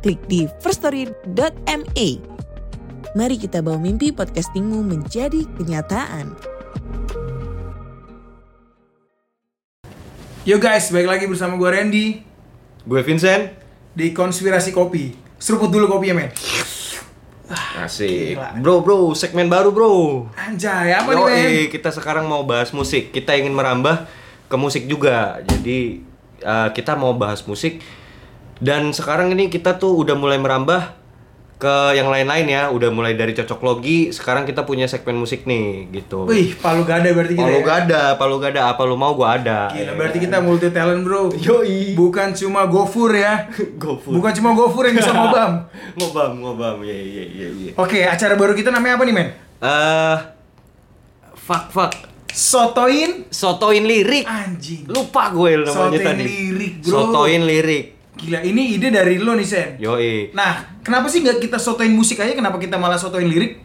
klik di firststory.me. Mari kita bawa mimpi podcastingmu menjadi kenyataan. Yo guys, balik lagi bersama gue Randy Gue Vincent. di Konspirasi Kopi. Seruput dulu kopinya, men. Asik. Gila. Bro, bro, segmen baru, bro. Anjay, apa nih, Yo, men? eh, kita sekarang mau bahas musik. Kita ingin merambah ke musik juga. Jadi eh, kita mau bahas musik dan sekarang ini kita tuh udah mulai merambah ke yang lain-lain ya. Udah mulai dari cocok logi, sekarang kita punya segmen musik nih gitu. Wih, palu gada berarti kita Palu ya. gada, palu gada, apa lu mau gua ada. Gila, berarti kita multi talent, bro. Yoi. Bukan cuma gofur ya. GoFood. Bukan cuma gofur yang bisa ngobam. ngobam, ngobam. Iya, iya, iya, iya. Oke, acara baru kita namanya apa nih, men? Eh fuck fuck. Sotoin Sotoin lirik. anjing. Lupa gue namanya Sotoin tadi. lirik, bro. Sotoin lirik. Gila, ini ide dari lo nih, Sen. Yoi. Nah, kenapa sih nggak kita sotoin musik aja? Kenapa kita malah sotoin lirik?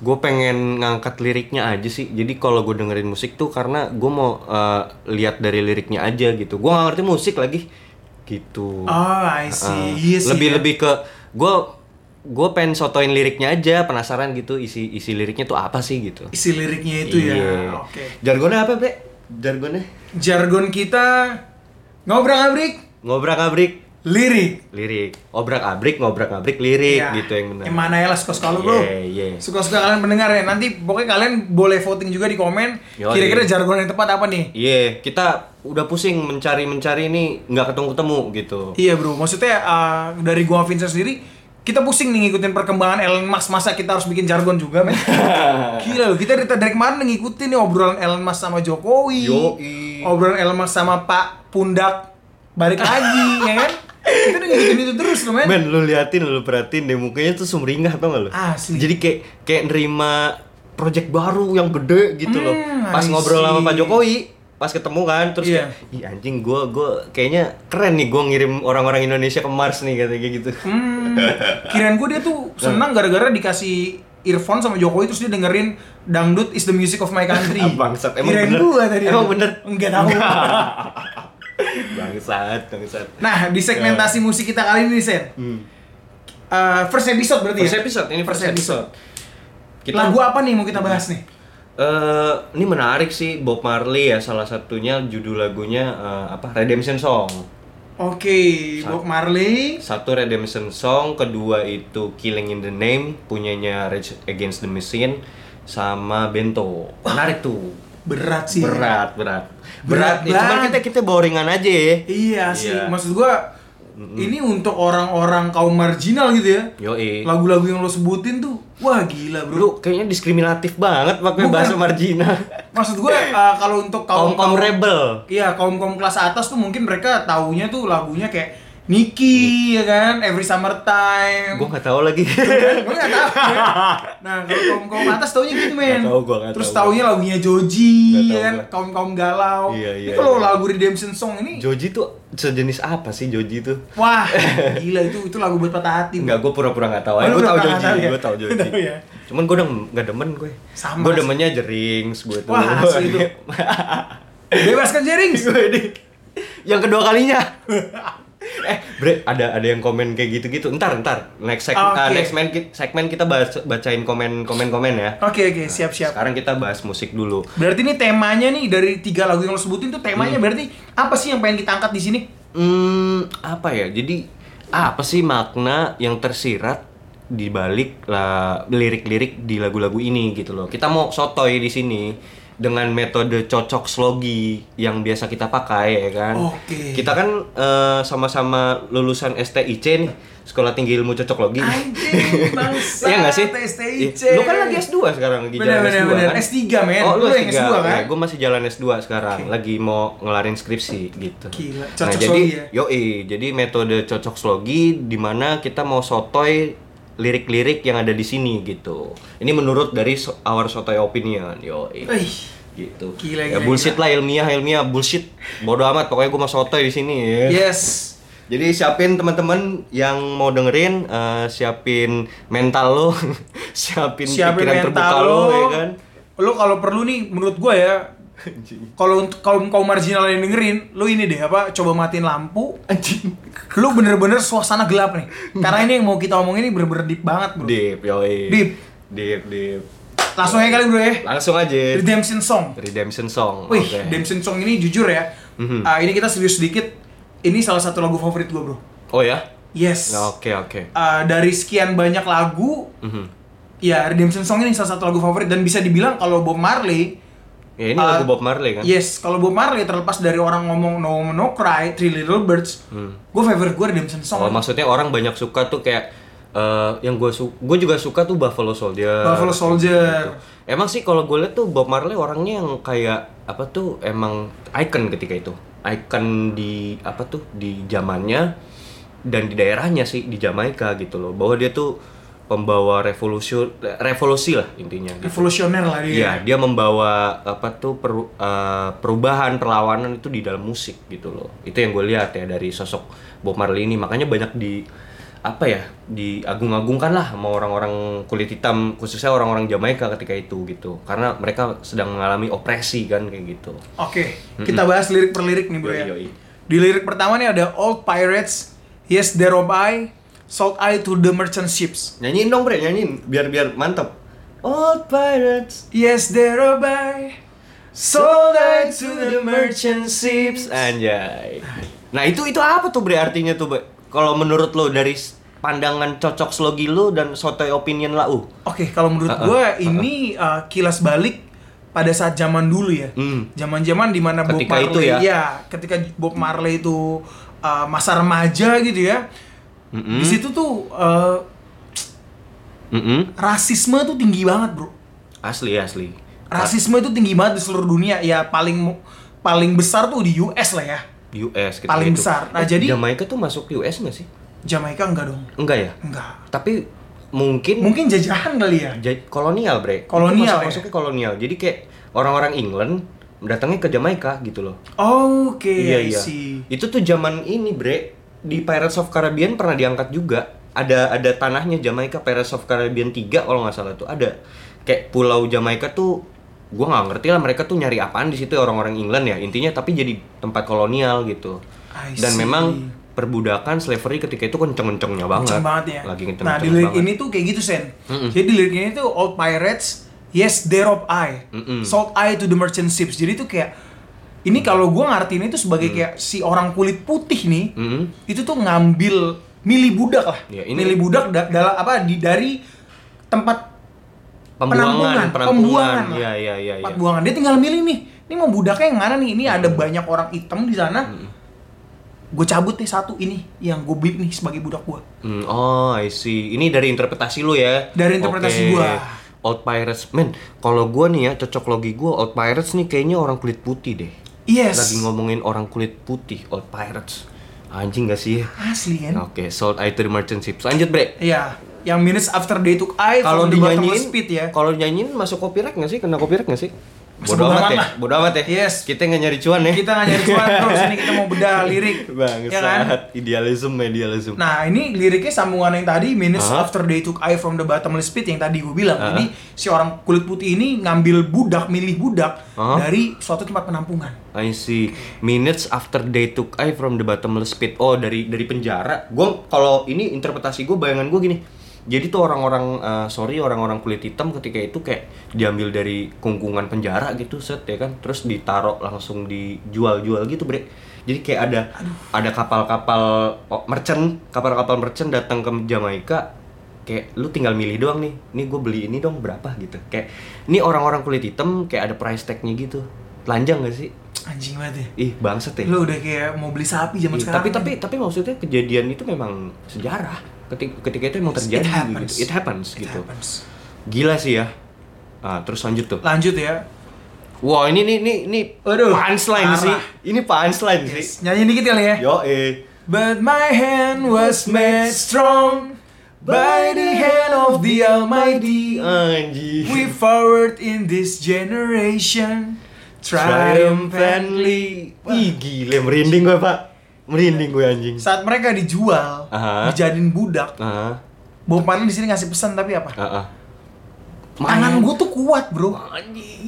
Gue pengen ngangkat liriknya aja sih. Jadi kalau gue dengerin musik tuh karena gue mau eh, lihat dari liriknya aja gitu. Gue gak ngerti musik lagi. Gitu. Oh, I see. Ah, Iya sih. lebih ya. lebih ke gue gue pengen sotoin liriknya aja. Penasaran gitu isi isi liriknya tuh apa sih gitu. Iya. isi liriknya itu ya. Oke. Jargonnya apa, Bre? Jargonnya Jargon kita ngobrak-abrik ngobrak-abrik lirik. lirik. Obrak-abrik, ngobrak-abrik lirik Ya, gitu yang benar. Mana ya lah suka-suka lu bro. Iya, iya. Suka-suka kalian mendengar ya. Nanti pokoknya kalian boleh voting juga di komen. Yoi. Kira-kira jargon yang tepat apa nih? Iya, kita udah pusing mencari-mencari ini nggak ketemu-ketemu gitu. Iya bro, maksudnya eh, dari gua Vincent sendiri kita pusing nih ngikutin perkembangan Elon Musk masa kita harus bikin jargon juga men gila loh kita dari, dari kemarin ngikutin nih obrolan Elon Musk sama Jokowi Yoi. obrolan Elon Musk sama Pak Pundak balik lagi ya kan kita udah ngikutin itu terus loh men Men, lu liatin, lu perhatiin deh mukanya tuh sumringah tau gak lu? Asli. Jadi kayak kayak nerima project baru yang gede gitu loh. Hmm, I Pas ngobrol sama see. Pak Jokowi, pas ketemu kan terus Iya. kayak ih anjing gua gua kayaknya keren nih gua ngirim orang-orang Indonesia ke Mars nih katanya kayak gitu. Hmm, kirain gue dia tuh Hmm. senang gara-gara dikasih earphone sama Jokowi terus dia dengerin dangdut is the music of my country. Ah, bangsat, emang kirain bener? gue tadi. Emang bener? Nah. Enggak tahu. bangsat, bangsat. nah, di segmentasi Ya. musik kita kali ini, Sen. Eh, first episode berarti Hmm. First ya? episode, ini first episode. Kita Lagu apa nih mau kita bahas nih? Eh, ini menarik sih Bob Marley ya salah satunya judul lagunya eh, apa Redemption Song. Oke, Bob Marley. Satu Redemption Song, kedua itu Killing in the Name punyanya Rage Against the Machine sama Bento. Menarik tuh. Berat sih. Berat, berat. Berat Berat, ya, cuman banget. kita kita bawa ringan aja ya. Iya sih. Iya. Maksud gue ini untuk orang-orang kaum marginal gitu ya. Yoi. Lagu-lagu yang lo sebutin tuh, wah gila bro. Bro, kayaknya diskriminatif banget pakai Bukan. bahasa marginal. Maksud gue uh, kalau untuk kaum Iya. Kaum-kaum rebel. Iya kaum kaum kelas atas tuh mungkin mereka taunya tuh lagunya kayak Niki ya kan, Every Summertime. Gue nggak tahu lagi. Gue nggak tahu. ya. Nah kalau kaum kaum atas taunya gitu men. Nggak tahu gua, nggak Terus tahu taunya lagunya Joji Nggak tahu ya kan, gua. kaum kaum galau. Iya, iya, ini kalau iya. lagu Redemption Song ini, Joji tuh sejenis apa sih Joji tuh? wah gila itu itu lagu buat patah hati. Enggak, gue pura-pura gak Oh, tahu. lu Gue tahu pura-pura nggak Joji, tahu ya? gue tahu Joji. Tahu ya? Cuman gue udah nggak demen gue. Sama Gue sih. demennya jerings gue tuh. Wah, asli itu. Bebaskan jaring. gue ini yang kedua kalinya. eh, Bre, ada ada yang komen kayak gitu-gitu. Ntar, ntar. Next segmen, Ah, Oke. next segmen, ki- segmen kita bahas, bacain komen komen komen ya. Oke oke siap siap. Sekarang kita bahas musik dulu. Berarti ini temanya nih dari tiga lagu yang lo sebutin tuh temanya berarti apa sih yang pengen kita angkat di sini? Hmm, apa ya? Jadi apa sih makna yang tersirat di balik lah lirik-lirik di lagu-lagu ini gitu loh. Kita mau sotoy di sini dengan metode cocok slogi yang biasa kita pakai ya kan. Oke. Kita kan eh, sama-sama lulusan STIC nih, Sekolah Tinggi Ilmu Cocok Logi. Anjing, bangsa. Iya nggak sih? STIC. Iya. Lu kan lagi S2 sekarang lagi Bener, jalan bener, S2 bener. kan? S3, men. Oh, lu, Lu S3. yang S2 kan? gue masih jalan S2 sekarang. Lagi mau ngelarin skripsi gitu. Gila, nah, cocok jadi slogi ya? yoi, jadi metode cocok slogi di mana kita mau sotoy lirik-lirik yang ada di sini gitu. Ini menurut dari so- our sotoy opinion. Yoi. Wih. gitu. Gila, ya gila, bullshit gila. lah ilmiah, ilmiah bullshit. Bodoh amat pokoknya gue mau sotoy di sini Iya, ya. Yes. Jadi siapin teman-teman yang mau dengerin, eh, siapin mental lo, siapin, Siapin pikiran terbuka mental lo, lo. ya kan. Lu kalau perlu nih menurut gua ya kalau untuk kaum kaum marginal yang dengerin, lu ini deh apa coba matiin lampu. Anjing. Lu bener-bener suasana gelap nih. Karena ini yang mau kita omongin ini bener-bener deep banget, Bro. Deep, yoi. Deep. Deep, deep. Langsung aja kali, Bro ya. Langsung aja. Redemption song. Redemption song. Wih, oke. Redemption song ini jujur ya. Mhm. ah, ini kita serius sedikit. Ini salah satu lagu favorit gua, Bro. Oh ya? Yes. Nah, Oke, oke. Ah, dari sekian banyak lagu, Mhm. ya Redemption Song ini salah satu lagu favorit dan bisa dibilang kalau Bob Marley Ya ini Uh, lagu Bob Marley kan? Yes, kalau Bob Marley terlepas dari orang ngomong No Woman, No Cry, Three Little Birds, Hmm. gue favorite gue Redemption Song. Oh, maksudnya orang banyak suka tuh kayak eh, yang gue su gue juga suka tuh Buffalo Soldier. Buffalo Soldier. gitu. Emang sih kalau gue liat tuh Bob Marley orangnya yang kayak apa tuh emang icon ketika itu. Icon di apa tuh di zamannya dan di daerahnya sih di Jamaika gitu loh. Bahwa dia tuh pembawa revolusi revolusi lah intinya gitu. Revolusioner lah dia. Iya, dia membawa apa tuh peru- eh, perubahan perlawanan itu di dalam musik gitu loh. Itu yang gue lihat ya dari sosok Bob Marley ini. Makanya banyak di apa ya diagung-agungkan lah sama orang-orang kulit hitam khususnya orang-orang Jamaika ketika itu gitu karena mereka sedang mengalami opresi kan kayak gitu Oke, kita bahas lirik per lirik nih bro Yoi, ya. yoi. Di lirik pertama nih ada Old Pirates, Yes There Am I, Sold I to the Merchant Ships. nyanyiin dong bre nyanyiin biar biar mantep Old pirates Yes There Am I, sold I to the merchant ships anjay nah itu itu apa tuh bre artinya tuh bre kalau menurut lo dari s- pandangan cocok slogi lo dan sotoy opinion uh. lau Oke, kalau menurut Uh-uh, gue ini uh, kilas balik pada saat zaman dulu ya. Hmm. Zaman-zaman dimana Bob Ketika Marley itu ya. iya, ketika Bob Marley itu uh, masa remaja gitu ya. Di situ tuh uh, Mm-mm. rasisme tuh tinggi banget, Bro. asli asli Rasisme itu tinggi banget di seluruh dunia. Ya paling paling besar tuh di US lah ya. US ketika Paling itu. besar. Nah, Eh, jadi- Jamaika tuh masuk US nggak sih Jamaika enggak dong. enggak ya Enggak. tapi mungkin Mungkin jajahan kali ya. Ja- kolonial bre Kolonial, Itu masuk- ya? masuknya kolonial jadi kayak orang-orang England datangnya ke Jamaika gitu loh Oke, I iya. see. Itu tuh zaman ini, Bre. Di Pirates of Caribbean pernah diangkat juga. Ada ada tanahnya Jamaika Pirates of Caribbean 3 kalau nggak salah tuh ada. Kayak pulau Jamaika tuh gua nggak ngerti lah mereka tuh nyari apaan di situ ya orang-orang England ya intinya tapi jadi tempat kolonial gitu. I Dan see. memang perbudakan slavery ketika itu kenceng-kencengnya banget. kenceng banget ya. Lagi kenceng nah di lirik ini tuh kayak gitu sen. Jadi di lirik ini tuh old pirates, yes thereof I, Mm-mm. sold I to the merchant ships. Jadi tuh kayak ini kalau gue ngartiin itu sebagai kayak si orang kulit putih nih, Mm. Mm-mm. itu tuh ngambil milih budak lah, Ya, ini- milih budak da- dalam apa di dari tempat penampungan, Pembuangan, perampungan. lah. Iya, iya, iya. tempat iya. buangan. Dia tinggal milih nih, ini mau budaknya yang mana nih? Ini ada banyak orang hitam di sana. Gue cabut nih satu ini yang gue beli nih sebagai budak gue. Hmm, oh, I see. Ini dari interpretasi lu ya? Dari interpretasi Oke. gua. Old Pirates, men. Kalau gua nih ya, cocok logi gua Old Pirates nih kayaknya orang kulit putih deh. Yes. Lagi ngomongin orang kulit putih, Old Pirates. Anjing gak sih? Asli kan? Nah, Oke, sold I to the merchant ships. Lanjut, Bre. Iya, yang minutes after they took I Kalau from the bottomless dinyanyiin, pit ya. kalau nyanyiin masuk copyright gak sih? Kena copyright gak sih? Masuk bodo Bodoh amat amat ya, lah. bodoh amat ya. Yes. Kita nggak nyari cuan ya. Kita nggak nyari cuan terus ini kita mau bedah lirik, Bangsat, ya kan? idealisme, idealisme. Nah ini liriknya sambungan yang tadi minutes Aha. after they took I from the bottomless pit yang tadi gue bilang. Jadi si orang kulit putih ini ngambil budak, milih budak Aha. dari suatu tempat penampungan. I see. Minutes after they took I from the bottomless pit. Oh, dari dari penjara. Gue kalau ini interpretasi gue, bayangan gue gini. Jadi tuh orang-orang eh, sorry orang-orang kulit hitam ketika itu kayak diambil dari kungkungan penjara gitu set ya kan, terus ditaruh langsung dijual-jual gitu bre. Jadi kayak ada ada kapal-kapal oh, merchant, kapal-kapal merchant datang ke Jamaika kayak lu tinggal milih doang nih nih gue beli ini dong berapa gitu kayak ini orang-orang kulit hitam kayak ada price tagnya gitu telanjang gak sih Anjing banget ya. ih bangsat ya Lu udah kayak mau beli sapi zaman Iya, sekarang. tapi tapi tapi maksudnya kejadian itu memang sejarah ketika, ketika itu emang terjadi It happens. gitu it happens It gitu happens. gila sih ya Ah, terus lanjut tuh Lanjut ya. wow ini nih nih ini Aduh, punchline parah. sih ini punchline sih Yes. Nyanyi dikit kali ya. yo eh But my hand was made strong by the hand of the Almighty. anjing We forward in this generation triumphantly. triumphantly ih gile merinding gue pak merinding gue anjing Saat mereka dijual, Aha. dijadiin budak. ah Bung Panel di sini ngasih pesan tapi apa? ah ah. Tangan gue tuh kuat bro.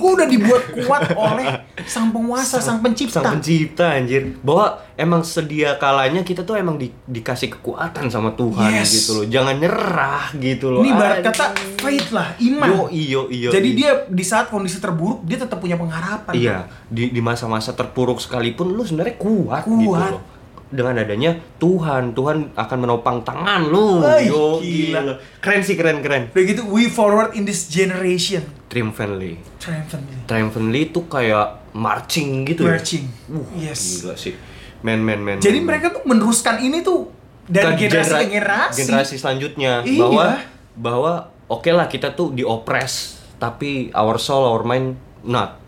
Gue udah dibuat kuat oleh sang penguasa, sang, pencipta. Sang pencipta anjir. Bahwa emang sedia kalanya kita tuh emang di- dikasih kekuatan sama Tuhan Yes. gitu loh. Jangan nyerah gitu loh. Ini ibarat Anjing. kata faith lah, iman. Yo iyo iyo. Jadi iyo. dia di saat kondisi terburuk dia tetap punya pengharapan. iya di di masa-masa terpuruk sekalipun lu sebenarnya kuat, Kuat. gitu loh. Dengan adanya Tuhan, Tuhan akan menopang tangan lu. Wah, Yo, gila. iyo. Keren sih keren keren. Udah gitu we forward in this generation. Triumphantly. Triumphantly. Triumphantly itu kayak marching gitu ya. Marching. yes. Gila sih. Men men men. Jadi men. mereka tuh meneruskan ini tuh dari generasi ke ke Kan genera- generasi. generasi selanjutnya Iya. bahwa bahwa oke lah kita tuh diopres tapi our soul our mind not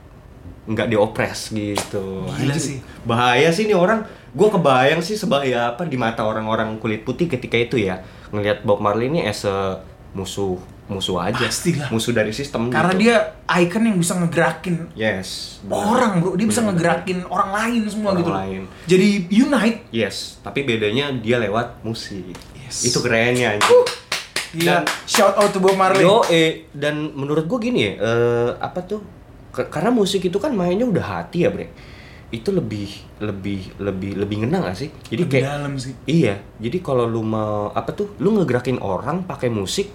nggak diopres gitu Gila Anjing, sih. bahaya sih nih orang gue kebayang sih sebahaya apa di mata orang-orang kulit putih ketika itu ya ngelihat Bob Marley ini as a musuh musuh aja Pastilah. musuh dari sistem Karena gitu. dia icon yang bisa ngegerakin yes orang bro, dia bisa Bener-bener. ngegerakin orang lain semua Orang gitu. loh. lain. Jadi unite. yes tapi bedanya dia lewat musik Yes. itu kerennya anjing. Gila. Dan- Shout out to Bob Marley. Yo, eh, dan menurut gue gini ya, eh, apa tuh? Ke- karena musik itu kan mainnya udah hati ya, Bre. Itu lebih lebih lebih lebih ngena gak sih? Jadi Lebih kayak dalam sih. iya, jadi kalau lu mau apa tuh? Lu ngegerakin orang pakai musik,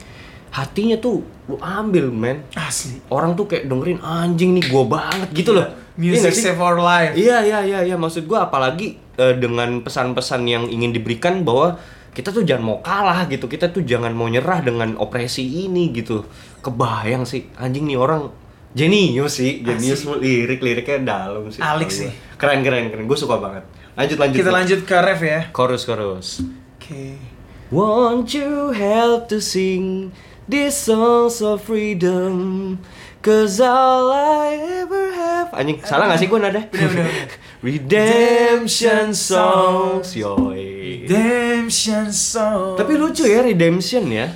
hatinya tuh lu ambil, men. Asli. Orang tuh kayak dengerin anjing nih gua banget gitu loh. Iya Music nggak sih? save our life. Iya iya iya iya maksud gua apalagi eh, dengan pesan-pesan yang ingin diberikan bahwa kita tuh jangan mau kalah gitu kita tuh jangan mau nyerah dengan opresi ini gitu kebayang sih anjing nih orang jenius sih jenius lirik liriknya dalam sih Alik Kalau sih. gua. keren keren keren gue suka banget lanjut lanjut Kita lanjut ke ref ya. chorus chorus Oke. Won't you help to sing these songs of freedom? Cause all I ever have Anjing, salah gak sih gue nada? Bener, bener. redemption songs Yoi Redemption song. Iya. Tapi lucu ya redemption ya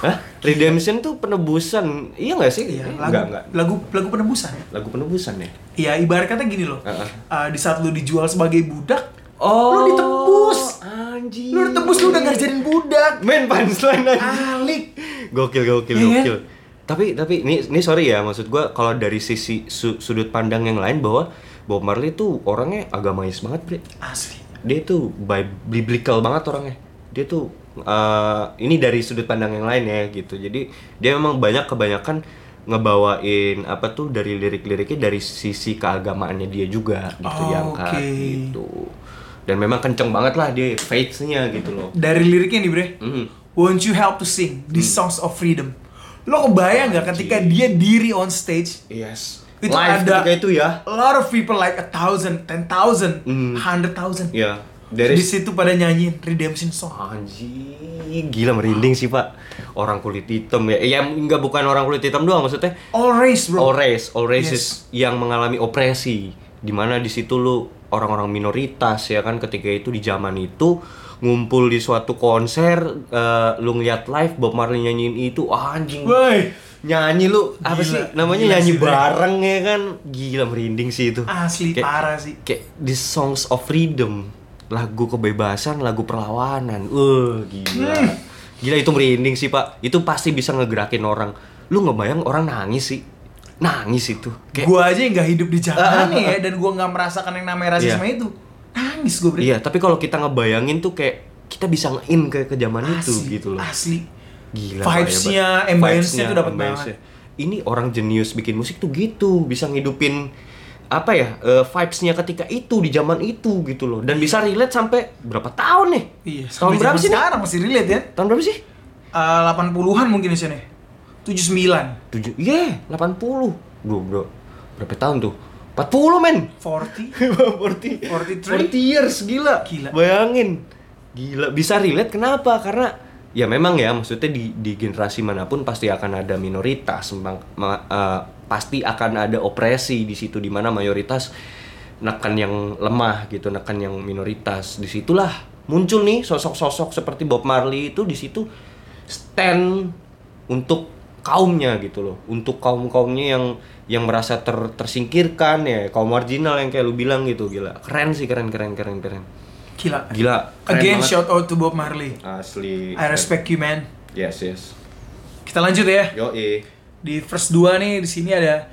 Hah? Redemption tuh penebusan Iya gak sih? Iya, lagu, Enggak, enggak lagu lagu penebusan. Lagu penebusan ya? Iya, ibarat kata gini loh. Heeh. Eh, di saat lu dijual sebagai budak, lu Oh ditebus. Anjing Lu ditebus lu udah ngerjain budak. Main punchline anjing Alik. gokil gokil Iya kan? gokil tapi tapi ini ini sorry ya maksud gua kalau dari sisi su- sudut pandang yang lain bahwa Bob Marley tuh orangnya agamais banget bre Asli. dia tuh bi- biblical banget orangnya dia tuh eh, ini dari sudut pandang yang lain ya gitu jadi dia memang banyak kebanyakan ngebawain apa tuh dari lirik-liriknya dari sisi keagamaannya dia juga gitu Oh, yang oke. gitu dan memang kenceng banget lah dia faithnya gitu loh Dari liriknya nih, Bre. Mhm. Won't you help to sing these Hmm. songs of freedom? Lo kebayang nggak ketika dia diri on stage? yes Itu Live ada- ketika itu ya A lot of people like a thousand, ten thousand, Hmm. hundred thousand. Ya, dari Di situ pada nyanyiin redemption song. anjing gila merinding sih pak orang kulit hitam ya ya nggak bukan orang kulit hitam doang maksudnya All race, bro. all race all Yes. races yang mengalami opresi dimana di situ lu orang-orang minoritas ya kan ketika itu di zaman itu ngumpul di suatu konser eh, lu ngeliat live Bob Marley nyanyiin itu anjing Woi, nyanyi lu apa Gila, sih namanya gila nyanyi sih, Bre. bareng ya kan gila merinding sih itu asli Kayak- parah sih. kayak The Songs of Freedom lagu kebebasan lagu perlawanan uh gila Hmm. gila itu merinding sih pak itu pasti bisa ngegerakin orang lu ngebayang orang nangis sih nangis itu kayak Gua aja yang nggak hidup di Ah, ah, Jakarta nih ya, dan gua nggak merasakan yang namanya rasisme Iya. itu. Nangis gue beri. iya tapi kalau kita ngebayangin tuh kayak kita bisa ngein ke ke zaman itu asli, gitu loh Asli. gila Vibes-nya, Pak, hebat. ambience-nya Vibes-nya, tuh dapat ambience-nya. banget. ini orang jenius bikin musik tuh gitu bisa ngidupin apa ya eh, vibes-nya ketika itu di zaman itu gitu loh dan bisa relate sampai berapa tahun nih Iya, tahun sampai berapa zaman sih Nek? sekarang masih relate ya. tahun berapa sih eh, 80-an mungkin di sini. 79, tujuh iya 80 gue bro berapa tahun tuh 40 men 40. 40 43. 40 years gila Gila. bayangin gila bisa relate kenapa karena ya memang ya maksudnya di di generasi manapun pasti akan ada minoritas memang- ma- eh, pasti akan ada opresi di situ dimana mayoritas nekan yang lemah gitu nekan yang minoritas disitulah muncul nih sosok-sosok seperti Bob Marley itu di situ stand untuk kaumnya gitu loh untuk kaum kaumnya yang yang merasa ter- tersingkirkan ya kaum marginal yang kayak lu bilang gitu gila keren sih keren keren keren keren Gila. gila keren Again banget. Iya, shout out to Bob Marley. asli I respect you man. yes yes Kita lanjut ya. yo Di verse 2 nih di sini ada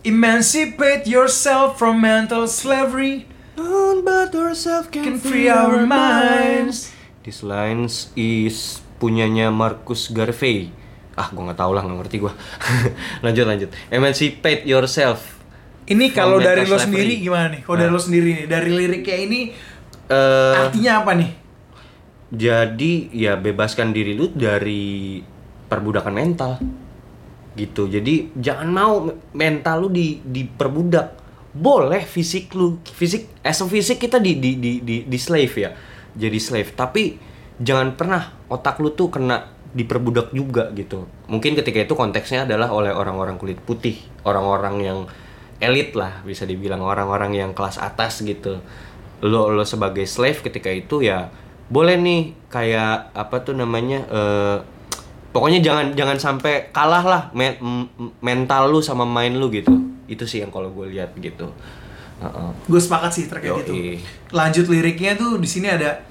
Emancipate yourself from mental slavery. None but ourselves Can free our minds. This lines is punyanya Marcus Garvey. Ah, gua nggak tahu lah, nggak ngerti gua. lanjut lanjut. Emancipate yourself. Ini From kalau dari mental lo slavery. Nah. sendiri gimana nih? Kalau dari lo sendiri nih, dari liriknya ini Eh, artinya apa nih? jadi ya bebaskan diri lu dari perbudakan mental gitu jadi jangan mau me- mental lu di diperbudak boleh fisik lu fisik as a fisik kita di di di di, di slave ya jadi slave tapi jangan pernah otak lu tuh kena diperbudak juga gitu mungkin ketika itu konteksnya adalah oleh orang-orang kulit putih orang-orang yang elit lah bisa dibilang orang-orang yang kelas atas gitu lo lo sebagai slave ketika itu ya boleh nih kayak apa tuh namanya eh pokoknya jangan jangan sampai kalah lah men- m- m- mental lu sama main lu gitu itu sih yang kalau gue lihat gitu Heeh. Gue sepakat sih terkait Yoi. itu. Lanjut liriknya tuh di sini ada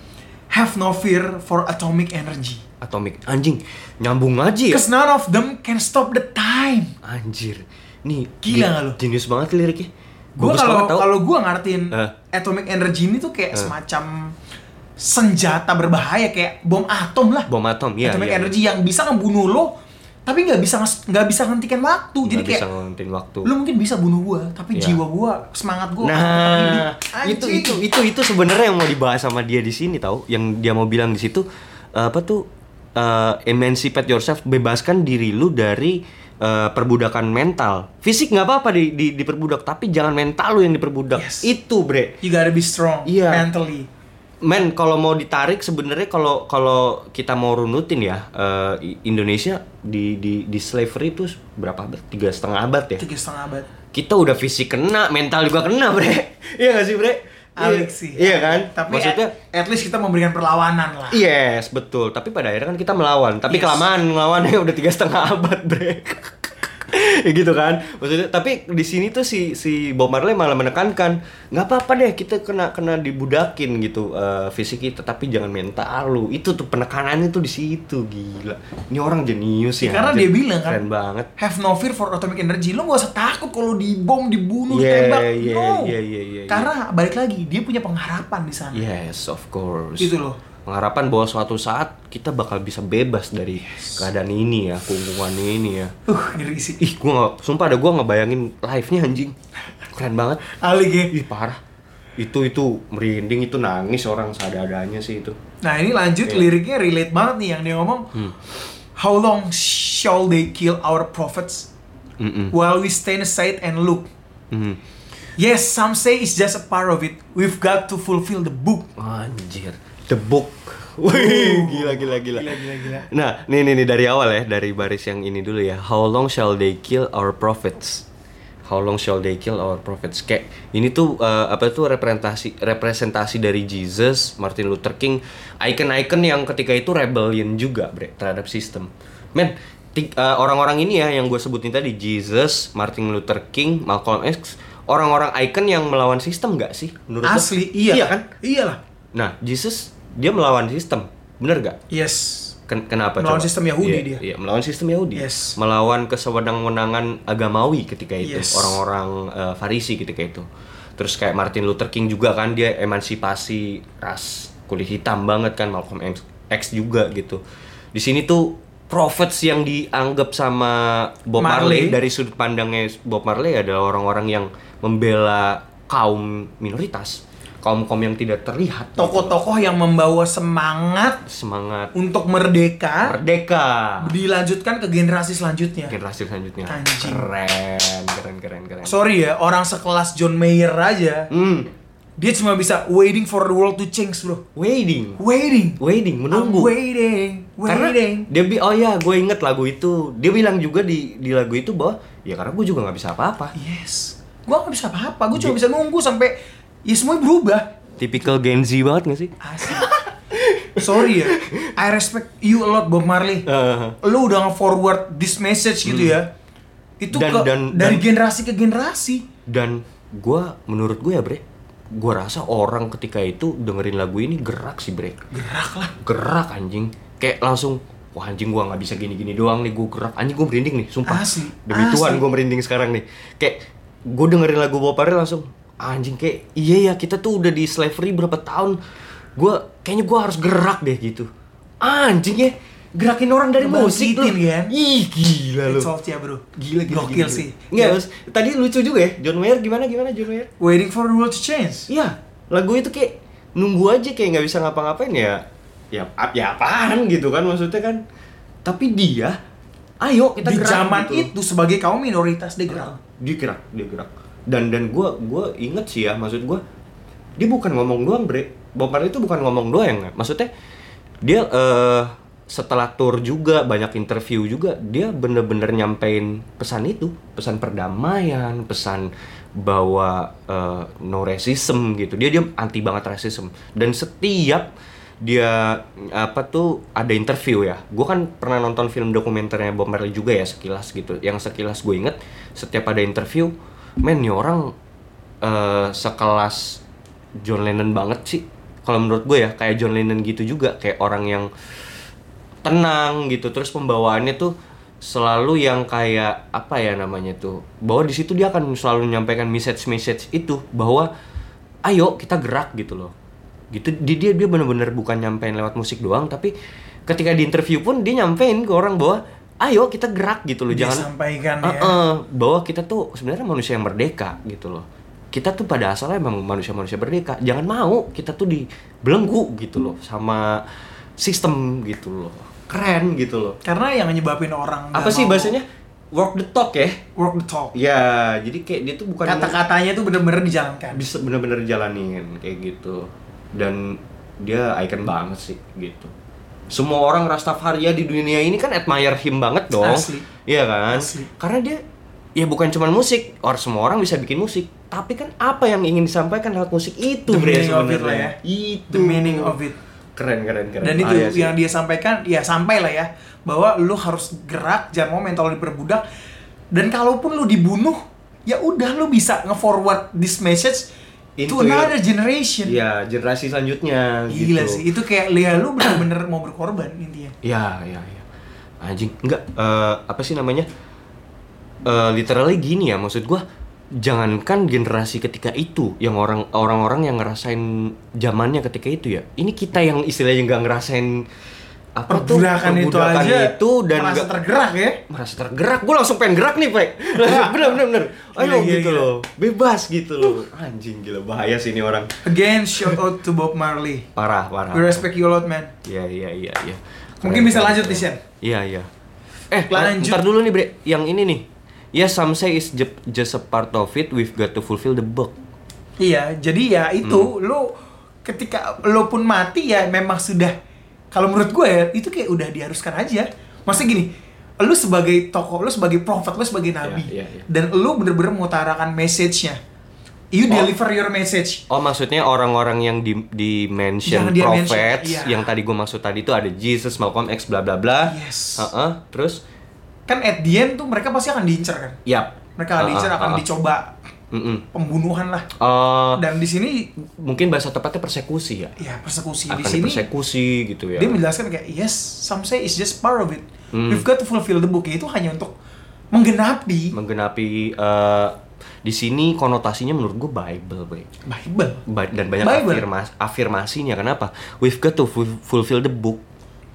Have no fear for atomic energy. atomic anjing nyambung aja ya Cause none of them can stop the time. anjir nih Gila gen- nggak lu? genius banget liriknya Gue Bagus kalau banget tau. kalau gue ngartiin Eh. atomic energy ini tuh kayak semacam senjata berbahaya kayak bom atom lah. bom atom ya atomic energy yang bisa ngebunuh lo, tapi nggak bisa nges- nggak bisa ngentikan waktu. Jadi bisa kayak ngelentin waktu lu mungkin bisa bunuh gua, tapi Iya. jiwa gua, semangat gua. Nah, Oh, Anjing. itu itu itu itu sebenarnya yang mau dibahas sama dia di sini tahu, yang dia mau bilang di situ eh, apa tuh eh, emancipate yourself, bebaskan diri lu dari eh, perbudakan mental. Fisik nggak apa-apa di, di diperbudak, tapi jangan mental lu yang diperbudak. Yes. Itu, Bre. You gotta be strong Iya. mentally. Men, kalau mau ditarik sebenarnya kalau kalau kita mau runutin ya eh, I- Indonesia di di di slavery itu berapa abad? Tiga setengah abad ya. Tiga setengah abad. kita udah fisik kena, mental juga kena, Bre. Iya gak sih, Bre? Alik Iya- sih. Iya kan? Tapi ya- Maksudnya Iya. at, at least kita memberikan perlawanan lah. Yes, betul. Tapi pada akhirnya kan kita melawan. Tapi Yes. kelamaan melawannya udah tiga setengah abad, Bre. Ya gitu kan maksudnya tapi di sini tuh si si Bob Marley malah menekankan nggak apa-apa deh kita kena kena dibudakin gitu eh, fisik kita tapi jangan mental lu itu tuh penekanannya tuh di situ gila ini orang jenius ya Ya, karena anjir. dia bilang kan, keren banget Have no fear for atomic energy. Lo gak usah takut kalau dibom, dibunuh, Yeah, ditembak. yeah, no. yeah, yeah, yeah, Karena balik lagi, dia punya pengharapan di sana. Yes, of course. Gitu loh. Pengharapan bahwa suatu saat kita bakal bisa bebas dari keadaan ini ya, kungkungan ini ya. Uh, ngeri sih. Ih, gua nggak- sumpah ada gua ngebayangin live-nya anjing. Keren banget. Alik ya. Ih, parah. Itu itu merinding itu nangis orang sadadanya sih itu. Nah ini lanjut Iya. liriknya relate banget nih yang dia ngomong. Hmm. How long shall they kill our prophets Mm-mm. while we stand aside and look? Mm. Yes, some say it's just a part of it. We've got to fulfill the book. Anjir, the book. Wih, gila, gila, gila. gila, gila. Nah, nih, nih, nih, dari awal ya, dari baris yang ini dulu ya. How long shall they kill our prophets? How long shall they kill our prophets? Kayak ini tuh eh, apa tuh representasi representasi dari Jesus, Martin Luther King, icon-icon yang ketika itu rebellion juga, bre, terhadap sistem. Men, ti- eh, orang-orang ini ya yang gue sebutin tadi, Jesus, Martin Luther King, Malcolm X, orang-orang icon yang melawan sistem gak sih? Menurut lo? Asli, iya, iya kan? Iyalah. Nah, Jesus dia melawan sistem, bener gak? Yes. Ken- kenapa? Melawan coba? sistem Yahudi Iya, dia. Iya, melawan sistem Yahudi. Yes. Melawan kesewenang-wenangan agamawi ketika itu, Yes. orang-orang eh, Farisi ketika itu. Terus kayak Martin Luther King juga kan dia emansipasi ras kulit hitam banget kan Malcolm X, X juga gitu. Di sini tuh prophets yang dianggap sama Bob Marley, Marley. dari sudut pandangnya Bob Marley adalah orang-orang yang membela kaum minoritas kaum-kaum yang tidak terlihat. tokoh-tokoh yang membawa semangat Semangat untuk merdeka merdeka. dilanjutkan ke generasi selanjutnya. Generasi selanjutnya. Anjing. Keren, keren, keren, keren. Sorry ya, orang sekelas John Mayer aja, Hmm, dia cuma bisa waiting for the world to change, bro. waiting. Waiting. Waiting, I'm menunggu. waiting. karena Waiting. dia bi oh ya gue inget lagu itu dia bilang juga di di lagu itu bahwa ya karena gue juga nggak bisa apa-apa Yes. Gua nggak bisa apa-apa, gua cuma bisa nunggu sampai ya semuanya berubah. tipikal Gen Z banget gak sih Asik. Sorry ya, I respect you a lot Bob Marley. Eh. Lu udah nge-forward this message gitu ya. Itu Hmm. Dan- ke- dan- dari dan- generasi ke generasi. dan gue menurut gue ya bre gue rasa orang ketika itu dengerin lagu ini gerak sih bre Gerak lah. gerak anjing kayak langsung wah anjing gue nggak bisa gini-gini doang nih gue gerak anjing gue merinding nih sumpah Asli, demi asli. Tuhan gue merinding sekarang nih kayak gue dengerin lagu Bob Marley langsung anjing kayak iya ya kita tuh udah di slavery berapa tahun gue kayaknya gue harus gerak deh gitu anjing ya gerakin orang dari musik lu Ngebangkitin, kan? ih gila Eh, lu It's off ya bro. gila gila Gokil gila, Iya. gila. sih. Nggak, terus tadi lucu juga ya John Mayer gimana gimana John Mayer Waiting for the world to change. Iya, lagu itu kayak nunggu aja kayak nggak bisa ngapa-ngapain ya. Ya, ap- ya apaan gitu kan maksudnya kan. Tapi dia, ayo kita Di gerak zaman gitu. itu sebagai kaum minoritas dia gerak. Dia gerak, dia gerak. Dan dan gue gua inget sih ya maksud gue, dia bukan ngomong doang bre. Bob Marley itu bukan ngomong doang ya. Maksudnya dia eh setelah tour juga banyak interview juga dia bener-bener nyampein pesan itu pesan perdamaian pesan bahwa eh, no racism gitu dia dia anti banget racism dan setiap dia apa tuh ada interview ya gue kan pernah nonton film dokumenternya Bob Marley juga ya sekilas gitu yang sekilas gue inget setiap ada interview men nih orang eh, sekelas John Lennon banget sih kalau menurut gue ya kayak John Lennon gitu juga kayak orang yang tenang gitu terus pembawaannya tuh selalu yang kayak apa ya namanya tuh bahwa di situ dia akan selalu menyampaikan message message itu bahwa ayo kita gerak gitu loh gitu di- dia dia bener-bener bukan nyampein lewat musik doang tapi ketika di interview pun dia nyampein ke orang bahwa ayo kita gerak gitu loh Dia jangan sampaikan ya. Eh, bahwa kita tuh sebenarnya manusia yang merdeka gitu loh. Kita tuh pada asalnya emang manusia-manusia merdeka. Jangan mau kita tuh dibelenggu gitu loh sama sistem gitu loh. Keren gitu loh. Karena yang nyebabin orang Apa nggak sih mau bahasanya? Work the talk ya? work the talk. Ya, jadi kayak dia tuh bukan Kata-katanya tuh bener-bener dijalankan. bisa bener-bener jalanin kayak gitu. Dan dia icon banget sih gitu. Semua orang Rastafaria di dunia ini kan admire him banget dong. Asli. Iya kan? Asli. Karena dia ya bukan cuma musik, orang semua orang bisa bikin musik. Tapi kan apa yang ingin disampaikan lewat musik itu The Bre, meaning of it sebenarnya. lah ya. Itu. The meaning of it. Keren keren keren. Dan itu Ah, iya sih. yang dia sampaikan, ya sampai lah ya bahwa lu harus gerak, jangan mau mental lu diperbudak. Dan kalaupun lu dibunuh, ya udah lu bisa nge-forward this message to Into another your- generation. Iya, generasi selanjutnya Gila gitu. sih, itu kayak ya lu bener-bener mau berkorban intinya. Ya, ya, ya. Anjing, enggak eh, apa sih namanya? Eh, literally gini ya, maksud gua jangankan generasi ketika itu yang orang orang-orang yang ngerasain zamannya ketika itu ya. Ini kita yang istilahnya nggak ngerasain apa tuh Perbudakan itu perbudakan aja itu dan merasa nggak- tergerak ya. Iya. merasa tergerak gue langsung pengen gerak nih Pak langsung bener bener bener ayo Gila, gila, gitu gila. loh bebas gitu loh anjing gila bahaya sih ini orang Again, shout out to Bob Marley. parah parah We respect you a lot, man. Iya iya iya iya. Mungkin bisa lanjut nih, Shen. Iya iya. Eh, Lanjut. lanjut. ntar dulu nih, Bre. Yang ini nih. Ya, some say is ju- just a part of it. We've got to fulfill the book. Iya, jadi ya itu Hmm. lu ketika lu pun mati ya memang sudah kalau menurut gue ya itu kayak udah diharuskan aja. Maksudnya gini, lu sebagai tokoh, lu sebagai prophet, lu sebagai nabi iya, iya. dan lu bener-bener mengutarakan message-nya. You Oh. deliver your message. Oh, maksudnya orang-orang yang di, di Yang mention dia mention, prophets iya. yang tadi gue maksud tadi itu ada Jesus, Malcolm X, bla bla bla. Yes. Heeh, terus Kan at the end tuh mereka pasti akan diincar kan. yap. Mereka akan Heeh, diincar, akan heeh. dicoba ah, Mm-mm. pembunuhan lah. Eh, Dan di sini mungkin bahasa tepatnya persekusi ya. ya persekusi Akan di sini persekusi gitu ya. dia menjelaskan kayak yes, some say it's just part of it. Hmm. We've got to fulfill the book itu hanya untuk menggenapi menggenapi eh, di sini konotasinya menurut gue Bible, Bre. Bible. Ba- dan banyak Bible. afirma- afirmasinya kenapa we've got to fu- fulfill the book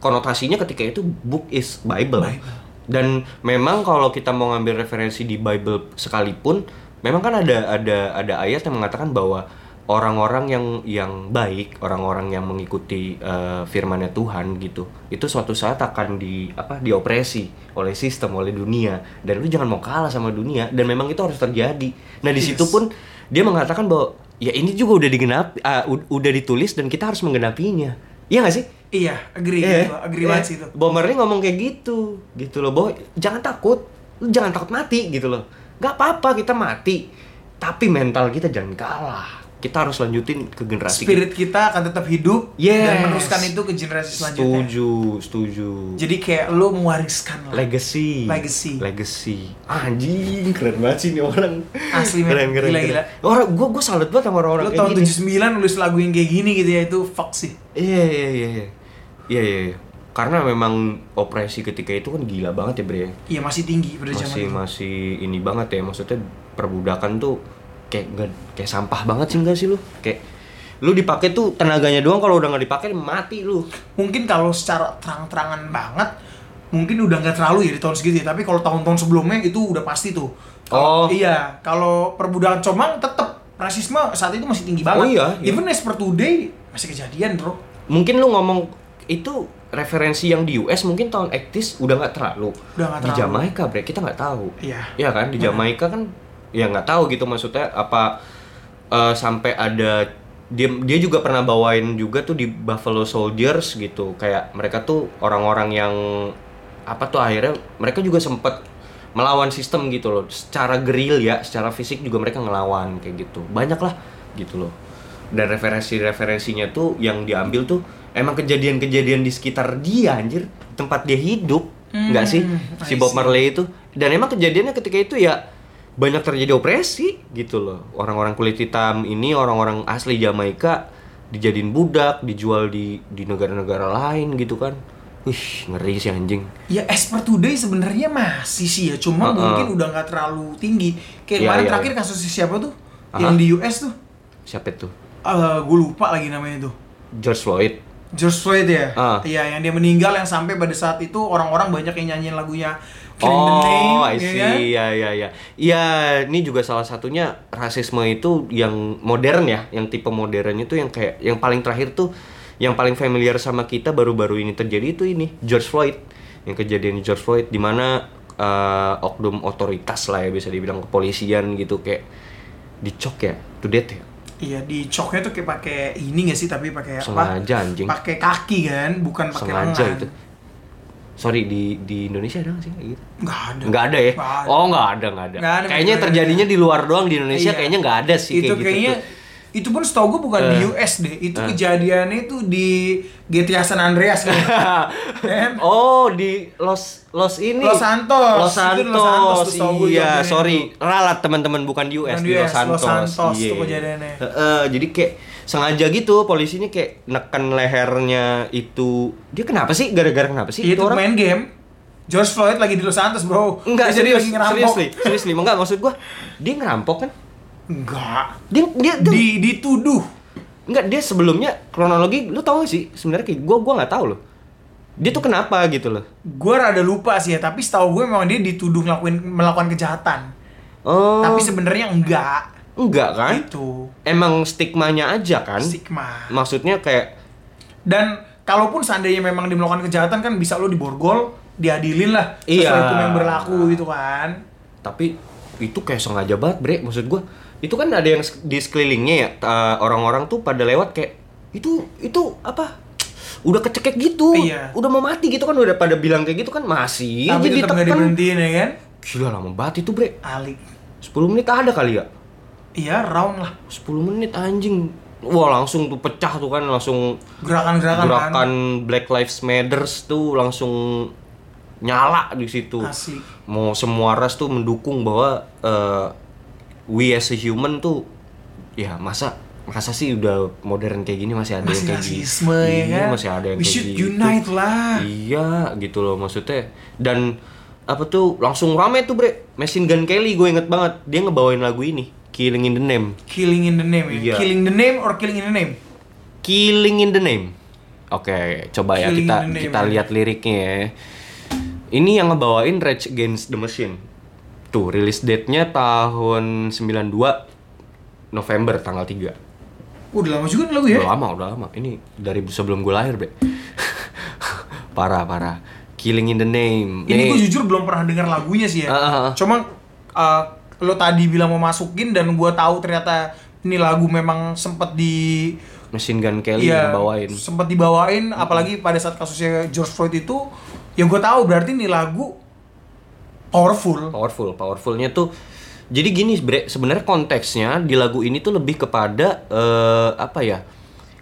konotasinya ketika itu book is Bible, Bible. dan memang kalau kita mau ngambil referensi di Bible sekalipun memang kan ada ada ada ayat yang mengatakan bahwa orang-orang yang yang baik, orang-orang yang mengikuti eh, firmannya Tuhan gitu. Itu suatu saat akan di apa dioperasi oleh sistem, oleh dunia. Dan lu jangan mau kalah sama dunia dan memang itu harus terjadi. Nah, di situ Yes. pun dia mengatakan bahwa ya ini juga udah digenapi ah, ud- udah ditulis dan kita harus menggenapinya. Iya gak sih? Iya, agree, Iya, gitu, agree iya. banget sih itu. Bomernya ngomong kayak gitu, gitu loh. Bahwa jangan takut, lu jangan takut mati gitu loh. Gak apa-apa kita mati, tapi mental kita jangan kalah. Kita harus lanjutin ke generasi. Spirit kita akan tetap hidup gitu. Yes. dan meneruskan itu ke generasi selanjutnya. Setuju, setuju. Jadi kayak lu mewariskan lah. Legacy. Legacy. Legacy. Anjing, keren banget sih ini orang. Asli, men. Keren, keren, Gila, keren. gila. Orang, gua, gua salut banget sama orang-orang Lu kayak tahun gini. 79 nulis lagu yang kayak gini gitu ya itu fuck sih. Iya iya iya iya. Iya iya. iya. Karena memang operasi ketika itu kan gila banget ya Bre. Iya masih tinggi pada zaman Masih itu. masih ini banget ya maksudnya perbudakan tuh kayak nggak- kayak sampah banget sih enggak sih lu? Kayak lu dipakai tuh tenaganya doang kalau udah nggak dipakai mati lu. Mungkin kalau secara terang-terangan banget mungkin udah nggak terlalu ya di tahun segitu ya. tapi kalau tahun-tahun sebelumnya itu udah pasti tuh. Kalau- Oh. Iya, kalau perbudakan comang tetap rasisme saat itu masih tinggi banget. Oh iya, iya. Even as per today masih kejadian, Bro. Mungkin lu ngomong itu referensi yang di US mungkin tahun 80s udah nggak terlalu. Udah nggak Di terlalu. Jamaika Bre, kita nggak tahu. Iya. Iya kan di Jamaika kan ya nggak tahu gitu maksudnya apa eh, sampai ada dia dia juga pernah bawain juga tuh di Buffalo Soldiers gitu kayak mereka tuh orang-orang yang apa tuh akhirnya mereka juga sempet melawan sistem gitu loh secara gerilya secara fisik juga mereka ngelawan kayak gitu banyak lah gitu loh dan referensi-referensinya tuh yang diambil tuh emang kejadian-kejadian di sekitar dia anjir tempat dia hidup nggak sih si Hmm, I Bob see. Marley itu dan emang kejadiannya ketika itu ya banyak terjadi opresi gitu loh orang-orang kulit hitam ini orang-orang asli Jamaika dijadiin budak dijual di di negara-negara lain gitu kan wih ngeri sih anjing Ya as per today sebenarnya masih sih ya, cuma Heeh. mungkin udah nggak terlalu tinggi. Kayak Iya, kemarin iya, terakhir iya. kasus si siapa tuh? Aha. Yang di US tuh. siapa itu Eh gue lupa lagi namanya tuh. George Floyd George Floyd ya? Ah. Iya, yang dia meninggal yang sampai pada saat itu orang-orang banyak yang nyanyiin lagunya Killing the Name, Oh, I ya see. kan? Ya, ya, ya. Ya, ini juga salah satunya rasisme itu yang modern ya, yang tipe modernnya tuh yang kayak yang paling terakhir tuh yang paling familiar sama kita baru-baru ini terjadi itu ini George Floyd. Yang kejadian di George Floyd di mana eh, oknum otoritas lah ya bisa dibilang kepolisian gitu kayak dicok ya, to death ya. Iya, di coknya tuh kayak pakai ini gak sih tapi pakai apa? Sengaja anjing. Pakai kaki kan, bukan pakai lengan. Sengaja itu. Sorry di di Indonesia ada nggak sih kayak gitu? Nggak ada. Nggak ada ya? Nggak ada. Oh nggak ada, nggak ada. Nggak ada, Kayaknya nggak ada. terjadinya di luar doang di Indonesia, Iya. kayaknya nggak ada sih itu kayak kayaknya gitu. tuh. itu pun setahu gue bukan di Eh. US deh itu kejadiannya itu di GTA San Andreas kan Kan? oh di Los Los ini. Los Santos. Los Itu Santos. di Los Santos tuh setahu gue iya, kejadiannya sorry. Ralat teman-teman bukan di US, Bukan di di US, Los Los Santos. Santos tuh Iya. kejadiannya. Heeh, jadi kayak sengaja gitu polisinya kayak neken lehernya itu dia kenapa sih gara-gara kenapa sih Iya, itu main game George Floyd lagi di Los Santos bro Enggak, Dia jadi serius, lagi ngerampok serius nih, serius nih. Enggak, maksud gua dia ngerampok kan? enggak Dia dia tuh- di dituduh enggak dia sebelumnya kronologi lu tahu gak sih sebenarnya kayak gua gua nggak tahu loh. Dia tuh kenapa gitu loh. gue rada lupa sih ya tapi setahu gue memang dia dituduh ngelakuin melakukan kejahatan Oh. tapi sebenarnya enggak enggak kan? itu Emang stigmanya aja kan? stigma Maksudnya kayak dan kalaupun seandainya memang dia melakukan kejahatan kan bisa lo diborgol diadilin lah Iya. sesuai hukum yang berlaku gitu kan tapi itu kayak sengaja banget, Bre. Maksud gua itu kan ada yang sek- di sekelilingnya ya ta- orang-orang tuh pada lewat kayak itu itu apa? udah kecekek gitu, Iya. udah mau mati gitu kan udah pada bilang kayak gitu kan masih tapi aja tetap nggak ditekan. diberhentiin ya kan Gila lama banget itu bre alik 10 menit ada kali ya iya round lah 10 menit anjing Wah langsung tuh pecah tuh kan Langsung gerakan-gerakan kan gerakan Black Lives Matters tuh langsung nyala di situ. Asik. Mau semua ras tuh mendukung bahwa eh, we as a human tuh ya masa masa sih udah modern kayak gini masih ada masih yang kayak gini. rasisme ya Iya, kan masih ada yang we kayak should gitu. unite lah Iya, gitu loh maksudnya. Dan apa tuh langsung rame tuh bre Machine Gun Kelly gue inget banget dia ngebawain lagu ini Killing in the Name killing in the name ya Iya. killing the name or killing in the name Killing in the Name. Oke, coba ya Killing kita in the Name, kita ya. lihat liriknya ya. Ini yang ngebawain Rage Against the Machine. Tuh, rilis date-nya tahun 92 November tanggal 3. udah lama juga nih lagu ya. Udah lama, udah lama. Ini dari sebelum gue lahir, Bre. parah, parah. Killing in the name. Ini Nih, gue jujur belum pernah dengar lagunya sih ya. Ah, ah, ah. Cuma uh, lo tadi bilang mau masukin dan gue tahu ternyata ini lagu memang sempet di Machine Gun Kelly Iya, yang bawain. sempet dibawain apalagi pada saat kasusnya George Floyd itu ya gue tahu berarti ini lagu powerful. powerful powerfulnya tuh jadi gini bre sebenarnya konteksnya di lagu ini tuh lebih kepada eh, apa ya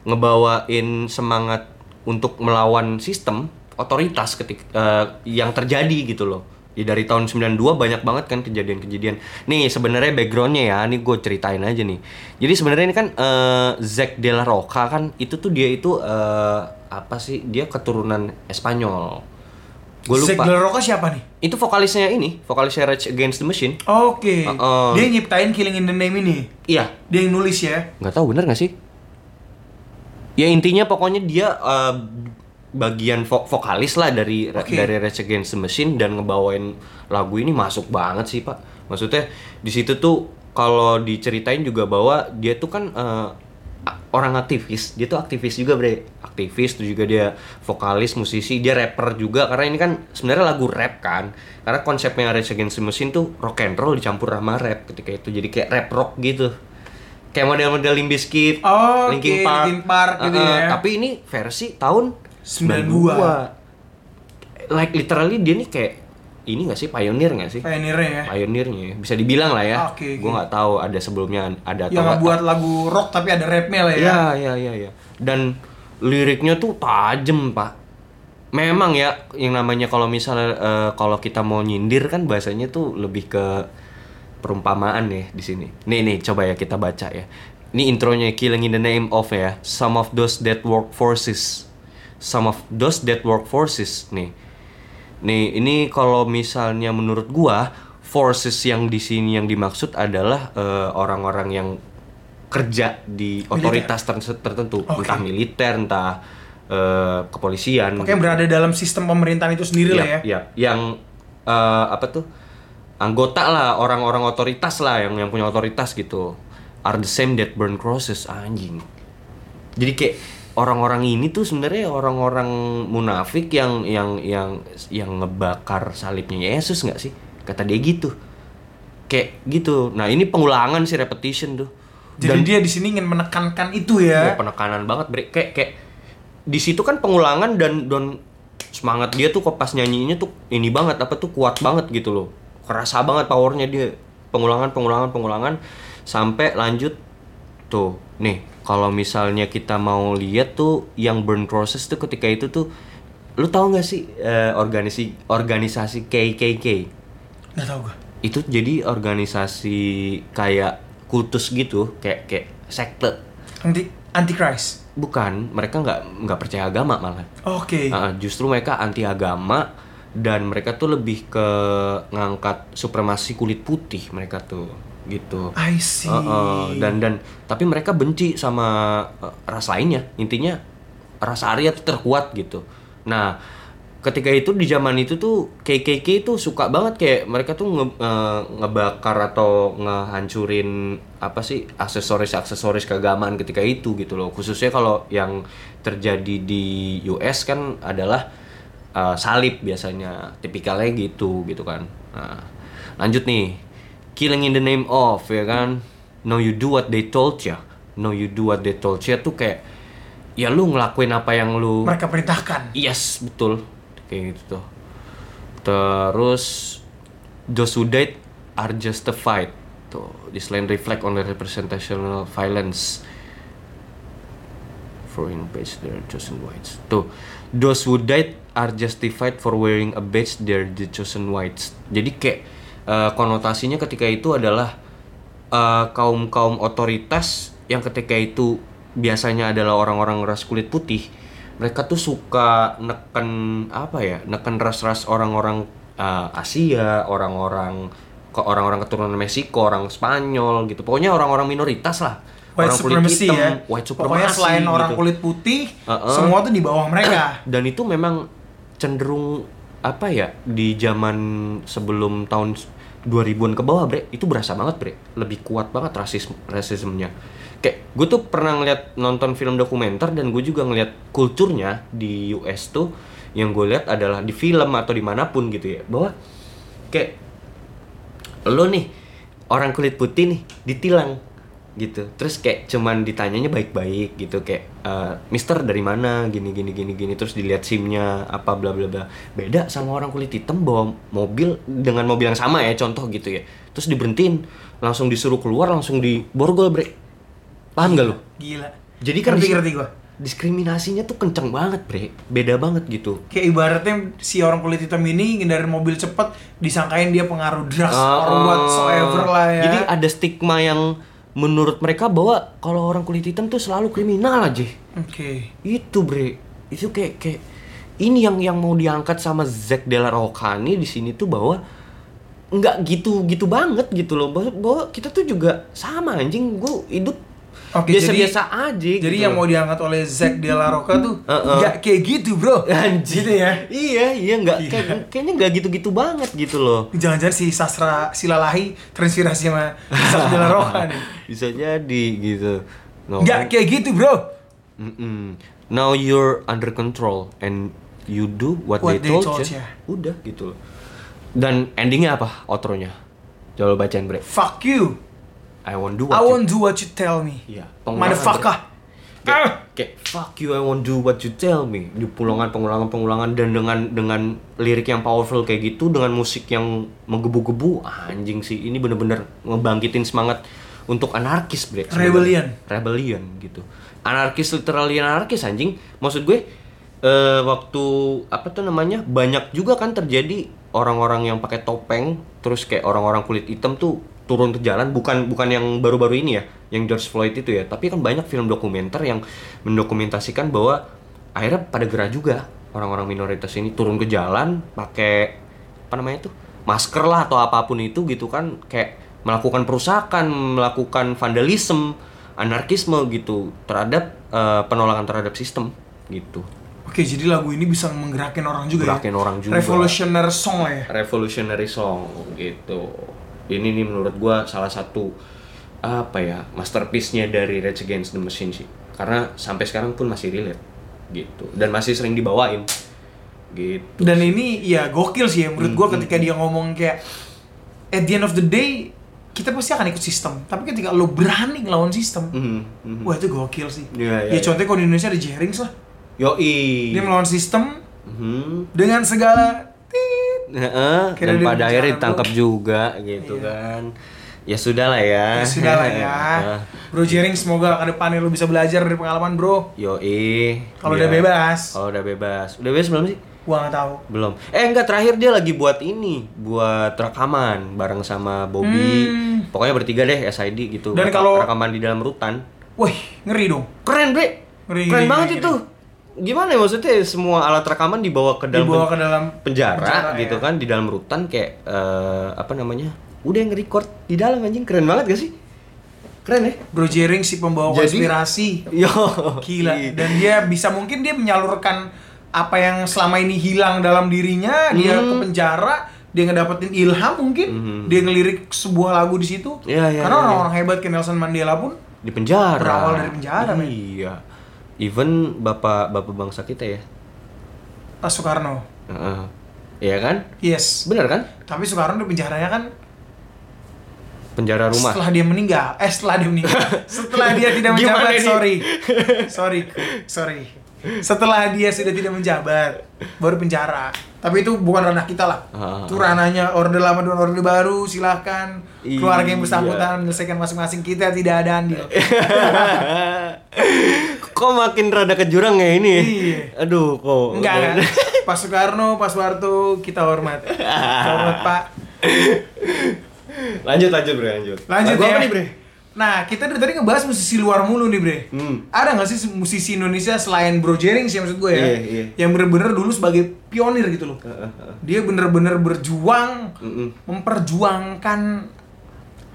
ngebawain semangat untuk melawan sistem otoritas ketik eh, yang terjadi gitu loh Ya, dari tahun 92 banyak banget kan kejadian-kejadian. Nih sebenarnya backgroundnya ya, nih gue ceritain aja nih. Jadi sebenarnya ini kan eh, Zack de la Roca kan itu tuh dia itu eh, apa sih? Dia keturunan Espanyol. Gue Zack De lupa. La Roca siapa nih? Itu vokalisnya ini, vokalisnya Rage Against the Machine. Oke. Uh-uh. Dia nyiptain Killing in the Name ini. Iya. Dia yang nulis ya. Nggak tahu bener nggak sih? Ya intinya pokoknya dia eh, bagian vo- vokalis lah dari Oke. dari Rage Against the Machine dan ngebawain lagu ini masuk banget sih pak. Maksudnya di situ tuh kalau diceritain juga bahwa dia tuh kan eh, a- orang aktivis, dia tuh aktivis juga bre, aktivis tuh juga dia vokalis, musisi, dia rapper juga karena ini kan sebenarnya lagu rap kan, karena konsepnya Rage Against the Machine tuh rock and roll dicampur sama rap ketika itu jadi kayak rap rock gitu, kayak model-model Limbiskit, Oh, oke, Linkin Park, Linkin Park gitu Eh, eh, ya. tapi ini versi tahun 92. 92. Like literally dia nih kayak ini gak sih pionir gak sih? Pioneer ya. Pionirnya ya. bisa dibilang lah ya. Oke, Gue oke. nggak tahu ada sebelumnya ada atau Yang nggak buat lagu rock tapi ada rapnya lah ya. Iya, iya, iya, iya. Dan liriknya tuh tajem, Pak. Memang ya yang namanya kalau misalnya eh, kalau kita mau nyindir kan bahasanya tuh lebih ke perumpamaan ya di sini. Nih nih coba ya kita baca ya. Ini intronya Killing in the Name of ya. Some of those that work forces. Some of those that work forces nih. Nih, ini kalau misalnya menurut gua forces yang di sini yang dimaksud adalah eh, orang-orang yang kerja di otoritas terse- tertentu, Oke. entah militer, entah eh, kepolisian. Pokoknya berada dalam sistem pemerintahan itu sendiri lah ya. Iya, yang eh, apa tuh? Anggota lah, orang-orang otoritas lah yang yang punya otoritas gitu. Are the same that burn crosses anjing. Jadi kayak orang-orang ini tuh sebenarnya orang-orang munafik yang yang yang yang ngebakar salibnya Yesus nggak sih? Kata dia gitu. Kayak gitu. Nah, ini pengulangan sih repetition tuh. Jadi dia di sini ingin menekankan itu ya. Wah, penekanan banget bre kayak kayak di situ kan pengulangan dan dan semangat dia tuh kok pas nyanyinya tuh ini banget apa tuh kuat banget gitu loh kerasa banget powernya dia pengulangan pengulangan pengulangan sampai lanjut tuh nih kalau misalnya kita mau lihat tuh yang burn process tuh ketika itu tuh lu tahu nggak sih eh, organisasi organisasi KKK Gak tau gue. itu jadi organisasi kayak kultus gitu kayak kayak sekte Anti Antichrist. Bukan, mereka nggak nggak percaya agama Iya. malah. Oke. Ah, justru mereka anti agama dan mereka tuh lebih ke ngangkat supremasi kulit putih mereka tuh gitu. I see. Ah, ah, dan dan tapi mereka benci sama eh, ras lainnya. Intinya ras Arya tuh terkuat gitu. Nah, ketika itu di zaman itu tuh KKK itu suka banget kayak mereka tuh nge- eh, ngebakar atau ngehancurin apa sih aksesoris-aksesoris keagamaan ketika itu gitu loh. Khususnya kalau yang terjadi di US kan adalah eh, salib biasanya tipikalnya gitu gitu kan. Nah, lanjut nih killing in the name of ya kan no you do what they told ya no you do what they told ya tuh kayak ya lu ngelakuin apa yang lu Mereka perintahkan. yes betul kayak gitu tuh terus those who died are justified tuh this line reflect on the representational violence foreign badge they're chosen whites tuh those who died are justified for wearing a badge they're the chosen whites jadi kayak eh, konotasinya ketika itu adalah kaum kaum otoritas yang ketika itu biasanya adalah orang-orang ras kulit putih mereka tuh suka neken apa ya neken ras-ras orang-orang eh, Asia orang-orang ke orang-orang keturunan Meksiko orang Spanyol gitu pokoknya orang-orang minoritas lah White orang kulit supremacy hitam, ya. white Pokoknya supremacy, selain orang gitu. kulit putih, Uh-uh. semua tuh di bawah mereka. dan itu memang cenderung apa ya di zaman sebelum tahun 2000-an ke bawah bre itu berasa banget bre lebih kuat banget rasisme rasismenya kayak gue tuh pernah ngeliat nonton film dokumenter dan gue juga ngeliat kulturnya di US tuh yang gue lihat adalah di film atau dimanapun gitu ya bahwa kayak lo nih orang kulit putih nih ditilang gitu terus kayak cuman ditanyanya baik-baik gitu kayak eh, Mister dari mana gini gini gini gini terus dilihat simnya apa bla bla bla beda sama orang kulit hitam bawa mobil dengan mobil yang sama ya contoh gitu ya terus diberhentiin langsung disuruh keluar langsung diborgol bre paham gak lo Gila. jadi kan ngerti dis- ngerti gua. diskriminasinya tuh kenceng banget bre beda banget gitu Kayak ibaratnya si orang kulit hitam ini ngindarin mobil cepet disangkain dia pengaruh drugs or Ah, ah. whatsoever lah ya. Jadi ada stigma yang menurut mereka bahwa kalau orang kulit hitam tuh selalu kriminal aja. Oke. Itu bre, itu kayak kayak ini yang yang mau diangkat sama Zack Della Roccani di sini tuh bahwa nggak gitu gitu banget gitu loh bahwa, bahwa kita tuh juga sama anjing gue hidup Oke, biasa-biasa aja Jadi gitu yang loh. mau diangkat oleh Zack De La Rocca tuh Uh-uh. nggak kayak gitu bro. Anjing. Gitu ya. iya iya nggak kayak- kayaknya nggak gitu-gitu banget gitu loh Jangan-jangan si sastra silalahi terinspirasi sama Zack De La Rocca nih. bisa jadi gitu No, Nggak kayak gitu bro. Mm-mm. Now you're under control and you do what, What ya. they, told, you. Udah gitu loh. Dan endingnya apa? Outronya. Coba lo bacain bre. Fuck you. I won't do I what you- won't do what you tell me. Iya, pengulangan, Motherfucker. Kayak, Ah. kayak, fuck you I won't do what you tell me. Di pulangan pengulangan pengulangan dan dengan dengan lirik yang powerful kayak gitu dengan musik yang menggebu-gebu anjing sih ini bener-bener ngebangkitin semangat untuk anarkis bre. sebenarnya. Rebellion. Rebellion gitu. Anarkis literally anarkis anjing. Maksud gue eh, waktu apa tuh namanya banyak juga kan terjadi orang-orang yang pakai topeng terus kayak orang-orang kulit hitam tuh turun ke jalan bukan bukan yang baru-baru ini ya yang George Floyd itu ya tapi kan banyak film dokumenter yang mendokumentasikan bahwa akhirnya pada gerah juga orang-orang minoritas ini turun ke jalan pakai apa namanya tuh masker lah atau apapun itu gitu kan kayak melakukan perusakan melakukan vandalisme anarkisme gitu terhadap eh, penolakan terhadap sistem gitu Oke, jadi lagu ini bisa menggerakin orang juga Gerakin ya? orang juga. Revolutionary song lah ya? revolutionary song gitu ini nih menurut gua salah satu apa ya masterpiece-nya dari Rage Against the Machine sih karena sampai sekarang pun masih relate gitu dan masih sering dibawain gitu Dan ini ya gokil sih ya menurut Hmm, gua ketika dia ngomong kayak At the end of the day, kita pasti akan ikut sistem Tapi ketika lo berani ngelawan sistem Mhm, mhm. Wah itu gokil sih Iya, iya, Ya iya. contohnya kalau di Indonesia ada Jerings lah yoi Dia melawan sistem Mhm. dengan segala tit. Heeh, Kira dan dia pada bicara akhirnya doang. ditangkap juga gitu Iya. kan. Ya sudah lah ya. Ya sudah lah ya Heeh. Bro Jerings semoga ke depannya lo bisa belajar dari pengalaman bro Yoi. Kalau Iya. udah bebas. Kalau udah bebas. Udah bebas belum sih? Gua gak tahu. Belum. Eh enggak terakhir dia lagi buat ini, buat rekaman bareng sama Bobby. Hmm. Pokoknya bertiga deh SID gitu. Dan Reka- kalau- rekaman di dalam rutan. Wih ngeri dong Keren, Bre. Ngeri, Keren ngeri, banget ngeri. itu. Gimana ya maksudnya semua alat rekaman dibawa ke dalam Dibawa ke dalam penjara, penjara, gitu ya. kan di dalam rutan kayak eh, apa namanya udah yang record di dalam anjing keren banget gak sih keren ya Bro Jering si pembawa Jadi- Oh, iya. konspirasi yo gila dan dia bisa mungkin dia menyalurkan apa yang selama ini hilang dalam dirinya dia Hmm. ke penjara dia ngedapetin ilham mungkin dia ngelirik sebuah lagu di situ Iya, iya, karena iya, orang-orang hebat kayak Nelson Mandela pun di penjara Berawal dari penjara, men. iya even bapak bapak bangsa kita ya pas Soekarno Heeh. iya kan yes bener kan tapi Soekarno di penjaranya kan penjara rumah setelah dia meninggal eh setelah dia meninggal setelah dia tidak Gimana menjabat ini? sorry sorry sorry setelah dia sudah tidak menjabat baru penjara tapi itu bukan ranah kita lah Ah. itu ranahnya orde lama dan orde baru silahkan keluarga yang Iya. bersangkutan menyelesaikan masing-masing kita tidak ada andil kok makin rada ke jurang ya ini Iya. aduh kok enggak kan Pak Soekarno Pak Soeharto kita hormat kita hormat Pak lanjut lanjut bre lanjut lanjut Lagu ya apa nih bre Nah, kita dari tadi ngebahas musisi luar mulu nih, Bre. Hmm. Ada nggak sih musisi Indonesia selain Bro Jering sih maksud gue ya? Iya, iya. Yang bener-bener dulu sebagai pionir gitu loh. Dia bener-bener berjuang, Mm-mm. memperjuangkan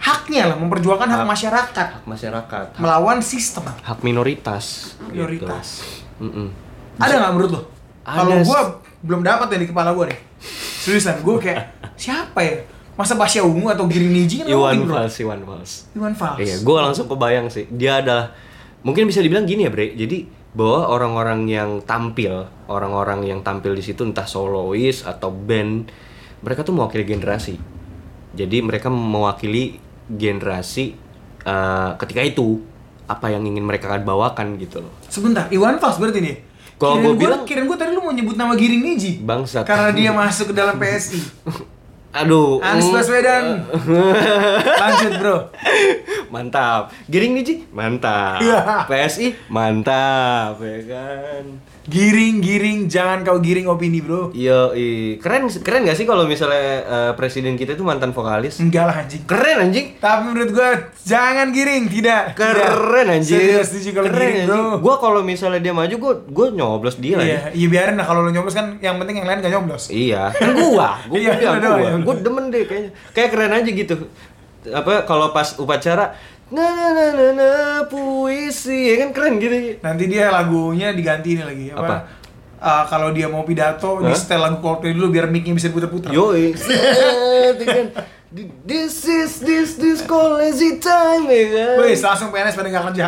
haknya lah, memperjuangkan hak, Hak. masyarakat hak masyarakat hak, melawan sistem. hak minoritas gitu. Minoritas. Mm-mm. Ada nggak menurut lo? Ada Kalau s- gue belum dapat ya di kepala gue nih. Seriusan, gue kayak siapa ya? Masa Basya Ungu atau Giring Niji kan nggak Iya, Iwan mungkin, bro. Fals, Iya, Iwan Fals. Iwan Fals. Iya, gue langsung kebayang sih. Dia adalah mungkin bisa dibilang gini ya Bre jadi bahwa orang-orang yang tampil orang-orang yang tampil di situ entah solois atau band mereka tuh mewakili generasi jadi mereka mewakili generasi eh, ketika itu apa yang ingin mereka bawakan gitu loh Sebentar, Iwan Fals berarti nih. Kalau Kirain gua gua- bilang- kirain gue tadi lu mau nyebut nama Giring Niji. Bangsat. Karena dia masuk ke dalam PSI. aduh Anies mm, Baswedan. Lanjut, Bro. mantap giring nih Ji mantap Iya. PSI mantap ya kan Giring-giring jangan kau giring opini, Bro. Yo, keren keren gak sih kalau misalnya eh, presiden kita itu mantan vokalis? Enggak lah anjing. Keren anjing. Tapi menurut gue jangan giring, tidak. tidak. Keren anjing. Iya, Serius setuju kalau Keren, giring, Bro. anjing. Gua kalau misalnya dia maju gua gua nyoblos dia lagi. Iya, iya biarin lah kalau lu nyoblos kan yang penting yang lain gak nyoblos. Iya. Kan gua, gua Iya, bilang lu doang gua. yang- Gua demen deh kayaknya. Kayak keren aja gitu. Apa kalau pas upacara na na na na, na, puisi ya kan keren gitu. Nanti dia lagunya diganti ini lagi apa? Apa? Ah, kalau dia mau pidato, di Hah? setel lagu Coldplay dulu biar mic-nya bisa puter-puter. Yo, ya kan. This is this this crazy time ya kan. Wes langsung PNS pada nggak kerja.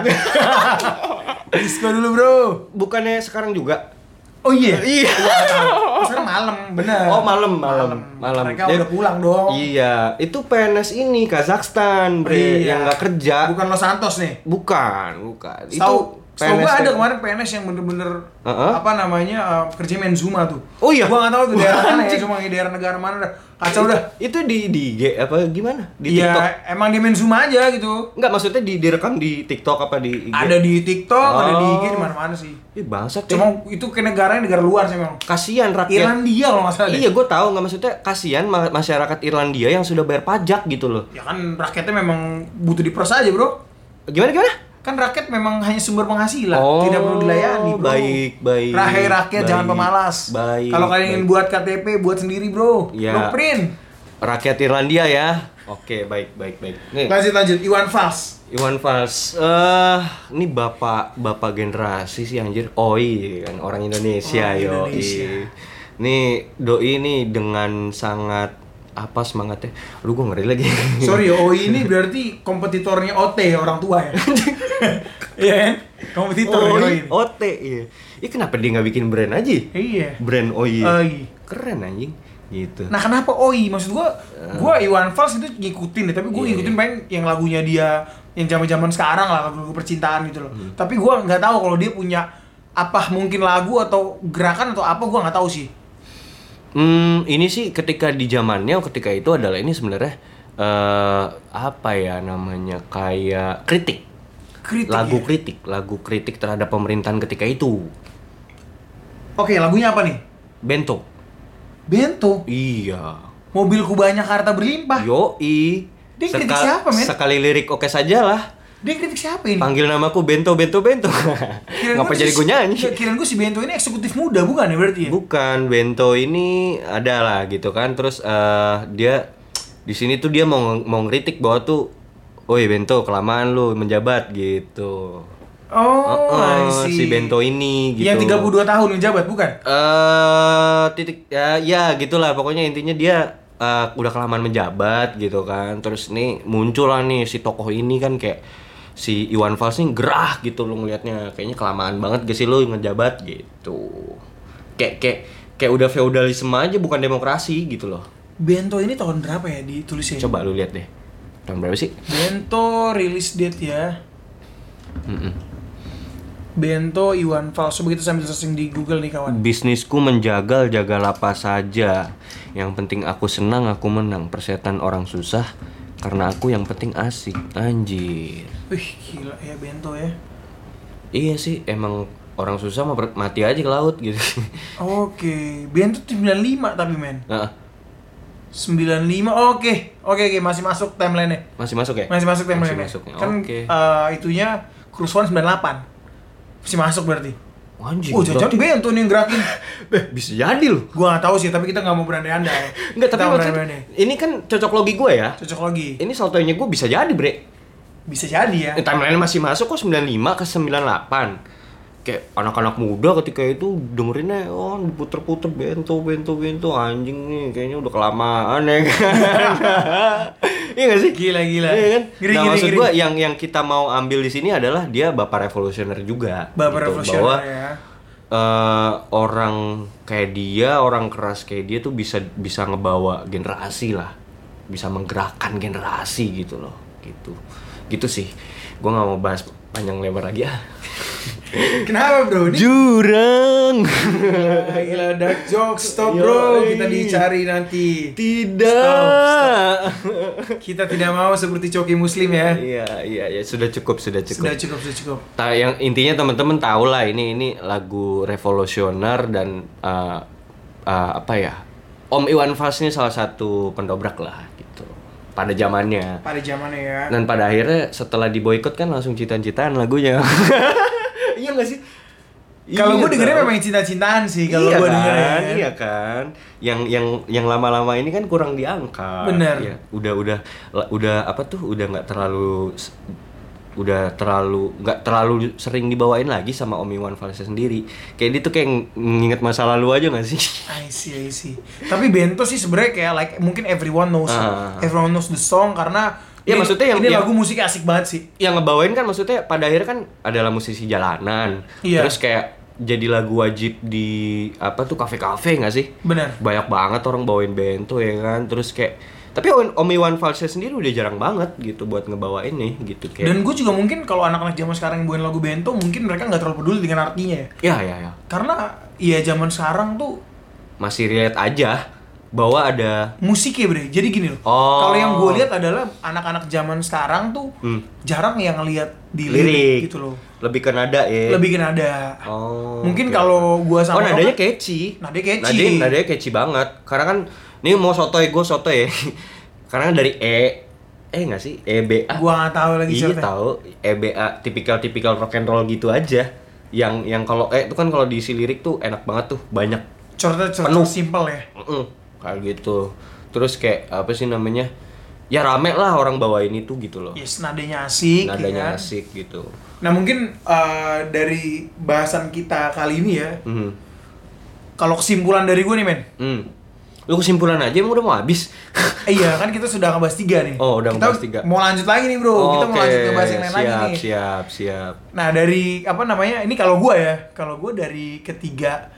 Disco dulu bro. Bukannya sekarang juga Oh iya. Iya. Wah, Sekarang malam bener. Oh malam malam malam. Eh. Mereka Dia- udah pulang dong. Iya, itu PNS ini Kazakhstan, Bre, Iya. yang nggak kerja. Bukan Los Santos nih. bukan, bukan. Tahu? Tahu PNS gua ada yang- kemarin PNS yang bener-bener ya? Heeh. apa namanya eh, kerja main Zuma tuh. Oh iya. Gua nggak tahu tuh Wah, daerah mana ya, anjing. cuma di daerah negara mana dah. Kacau dah. Itu di di IG apa gimana? Di Iya, TikTok. emang dia main Zuma aja gitu. Enggak, maksudnya di direkam di TikTok apa di IG? Ada di TikTok, ada di IG Oh. di mana-mana sih. Ih, bangsat. Cuma Cuma itu ke negaranya negara luar sih memang. kasihan rakyat. Irlandia kalau nggak salah deh. Iya, gue tahu nggak maksudnya kasihan ma- masyarakat Irlandia yang sudah bayar pajak gitu loh. Ya kan rakyatnya memang butuh diperas aja bro Gimana gimana? Kan rakyat memang hanya sumber penghasilan Tidak perlu dilayani bro Oh, Baik, baik. Rahai rakyat baik, jangan pemalas Baik. Kalau kalian ingin baik. buat KTP buat sendiri bro Iya. Blueprint print rakyat Irlandia ya. Oke, baik, baik, baik. Nih, Lanjut lanjut Iwan Fals Iwan Fals. Eh, ini bapak bapak generasi sih anjir. Oi kan orang Indonesia Orang yo. Indonesia. Nih doi ini dengan sangat apa semangatnya. Lu gue ngeri lagi. Sorry OI ini berarti kompetitornya OT orang tua ya Iya kan? Kompetitor OI, Oi, OT. Iya. Ih, kenapa dia nggak bikin brand aja? Iya Brand Oi. Oi. Keren anjing. Gitu. Nah kenapa OI? Maksud gua, gua Iwan Fals itu ngikutin deh, tapi gua Eh. Iya, ngikutin pengen yang lagunya dia yang zaman-zaman sekarang lah lagu-lagu percintaan gitu loh. Hmm. Tapi gua nggak tahu kalau dia punya apa mungkin lagu atau gerakan atau apa gua nggak tahu sih. Hmm, ini sih ketika di zamannya ketika itu adalah ini sebenarnya eh apa ya namanya kayak kritik. Kritik. lagu ya? kritik, lagu kritik terhadap pemerintahan ketika itu. Oke, lagunya apa nih? Bento. Bento, Iya. mobilku banyak harta berlimpah. Yoi. Dia kritik siapa, men? Sekali lirik oke saja lah. Dia kritik siapa ini? Panggil namaku Bento, Bento, Bento. Kirain Ngapa gua jadi si- gue nyanyi? Nggak, Kirain gua si Bento ini eksekutif muda bukan ya berarti ya? Bukan, Bento ini ada lah gitu kan. Terus eh, dia di sini tuh dia mau mau ngeritik bahwa tuh, oi Bento kelamaan lu menjabat gitu. Oh, I Heeh, see. si Bento ini gitu. Yang 32 tahun menjabat bukan? eh titik ya, ya gitulah pokoknya intinya dia eh, udah kelamaan menjabat gitu kan terus nih muncul lah nih si tokoh ini kan kayak si Iwan Fals nih gerah gitu lo ngelihatnya kayaknya kelamaan banget gak sih lo ngejabat gitu kayak kayak kayak udah feodalisme aja bukan demokrasi gitu loh Bento ini tahun berapa ya ditulisnya? coba lu lihat deh tahun berapa sih Bento rilis date ya. Mm-mm. Bento Iwan Fals begitu sambil searching di Google nih kawan. Bisnisku menjagal jaga lapas saja. Yang penting aku senang, aku menang. Persetan orang susah karena aku yang penting asik. Anjir. Wih gila ya Bento ya. Iya sih, emang orang susah mau ber- mati aja ke laut gitu. Oke, Bento 95 tapi men. Nah, 95. Oke. Oke oke masih masuk timeline-nya. masih masuk ya? Masih masuk timeline-nya. Masih masuknya, Kan oke. eh, itunya kerusuhan 98. Masih masuk berarti. Anjir. Oh, jangan berarti- Bento nih yang gerakin. Eh, bisa jadi loh. gua nggak tahu sih, tapi kita nggak mau berandai-andai. Enggak, Kita tapi nggak maksudnya berandai-andai. ini kan cocok logi gue ya. Cocok lagi. Ini saltonya gue bisa jadi, Bre. Bisa jadi ya. Eh, timeline masih masuk kok 95 ke 98 kayak anak-anak muda ketika itu dengerinnya oh diputer-puter bento bento bento anjing nih kayaknya udah kelamaan ya kan Iya gak sih? Gila, gila. Iya kan? Ngeri, nah ngeri, maksud ngeri. gua yang yang kita mau ambil di sini adalah dia bapak revolusioner juga. gitu. Bapak revolusioner, bahwa, ya. eh, orang kayak dia, orang keras kayak dia tuh bisa bisa ngebawa generasi lah, bisa menggerakkan generasi gitu loh, gitu, gitu sih. Gua nggak mau bahas panjang lebar lagi ya. Kenapa bro? Ini Jurang gila, Eh, gila dark jokes stop bro. Kita dicari nanti. tidak. Kita tidak mau seperti coki muslim ya. Iya iya ya sudah cukup sudah cukup. Sudah cukup, sudah cukup. Ta- yang intinya teman-teman tahu lah ini ini lagu revolusioner dan eh, eh, apa ya Om Iwan Fals ini salah satu pendobrak lah gitu pada zamannya Pada zamannya ya. dan pada akhirnya setelah diboikot kan langsung cita-citaan lagunya iya nggak sih Kalau Iya, gue dengerin tau. memang cinta-cintaan sih kalau ya. iya gue kan, dengerin. iya kan. Yang yang yang lama-lama ini kan kurang diangkat. Bener. Iya, udah udah la- udah apa tuh? Udah nggak terlalu s- udah terlalu nggak terlalu sering dibawain lagi sama Om Iwan Fals sendiri. Kayak dia tuh kayak ng- nginget masa lalu aja nggak sih? I see, I see. Tapi Bento sih sebenarnya kayak like mungkin everyone knows, Ah. everyone knows the song karena Iya, ini- maksudnya yang- ini yang- lagu musik asik banget sih. yang ngebawain kan maksudnya pada akhirnya kan adalah musisi jalanan. Iya. Terus kayak jadi lagu wajib di apa tuh kafe-kafe nggak sih? Bener. Banyak banget orang bawain bento ya kan. Terus kayak tapi Om Om Iwan Falsnya sendiri udah jarang banget gitu buat ngebawain nih gitu kayak. Dan gue juga mungkin kalau anak-anak zaman sekarang yang bukan lagu Bento, mungkin mereka nggak terlalu peduli dengan artinya ya. ya ya ya. Karena ya zaman sekarang tuh Masih relate aja bahwa ada musik ya bre. Jadi gini loh. Oh. Kalau yang gue lihat adalah anak-anak zaman sekarang tuh Hmm. jarang yang ngelihat di lirik, lirik gitu loh. Lebih ke nada ya. Lebih ke nada. Oh. mungkin oke. kalau gue Oh, sama nadanya Roman- catchy. Nadanya catchy. Nadanya, nadanya catchy banget. Karena kan ini mau sotoy gue sotoy ya. Karena kan dari E eh nggak sih? E B A. Gua nggak tahu lagi Iya siapa. tahu E B A tipikal-tipikal rock and roll gitu aja. Yang yang kalau eh itu kan kalau diisi lirik tuh enak banget tuh, banyak. Corot-corot Penuh. simpel ya. Mm-mm, kayak gitu. Terus kayak apa sih namanya? Ya rame lah orang bawain itu gitu loh. Yes, nadanya asik. ya Nadanya kan? asik gitu. Nah mungkin eh, dari bahasan kita kali ini ya, Mhm. kalau kesimpulan dari gue nih men, Hmm. Lu kesimpulan aja emang udah mau habis. Eh, iya kan kita sudah ngebahas tiga nih. Oh, udah Kita ngebahas tiga. Mau lanjut lagi nih bro, kita mau Oke, lanjut ngebahas yang lain siap, lagi nih. Siap, siap, Nah dari apa namanya? Ini kalau gue ya, kalau gue dari ketiga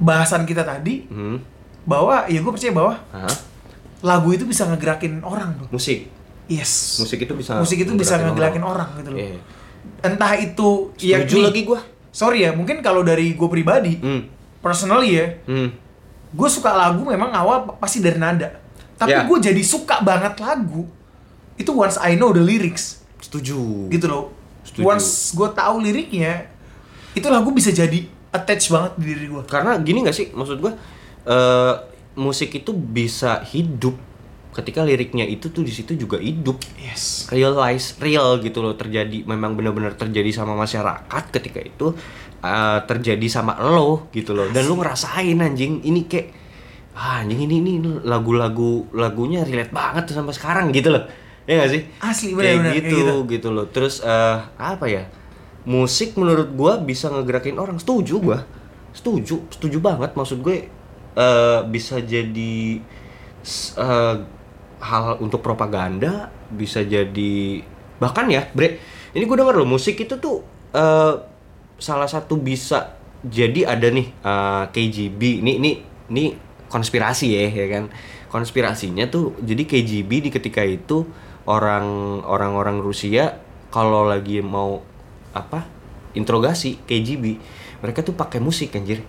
bahasan kita tadi Hmm. bahwa ya gue percaya bahwa Hah? lagu itu bisa ngegerakin orang bro. Musik. Yes. Musik itu bisa Musik itu bisa ngegerakin ngegerakin orang, gitu loh. Iya. Entah itu Setuju yakni- lagi gua. Sorry ya, mungkin kalau dari gue pribadi, Hmm. personally ya, Hmm. gue suka lagu memang awal p- pasti dari nada tapi Ya. gue jadi suka banget lagu itu once I know the lyrics Setuju. gitu loh Setuju. once gue tahu liriknya itu lagu bisa jadi attach banget di diri gue Karena gini gak sih maksud gua eh, musik itu bisa hidup ketika liriknya itu tuh di situ juga hidup. yes Realize real gitu loh terjadi memang benar-benar terjadi sama masyarakat ketika itu eh, terjadi sama lo gitu loh dan lo ngerasain anjing ini kayak ah, anjing ini ini lagu-lagu lagunya relate banget tuh sama sekarang gitu loh. Ya gak sih? Asli, Kayak benar-benar, kayak gitu, gitu. gitu loh. Terus eh, apa ya? Musik menurut gua bisa ngegerakin orang. Setuju gua. Setuju, setuju banget maksud gue eh, bisa jadi s- eh, hal untuk propaganda, bisa jadi bahkan ya, Bre. Ini gue denger loh musik itu tuh eh, salah satu bisa jadi ada nih eh, KGB. Ini ini ini konspirasi ya, ya kan. Konspirasinya tuh jadi KGB di ketika itu orang orang-orang Rusia kalau lagi mau apa interogasi KGB mereka tuh pakai musik anjir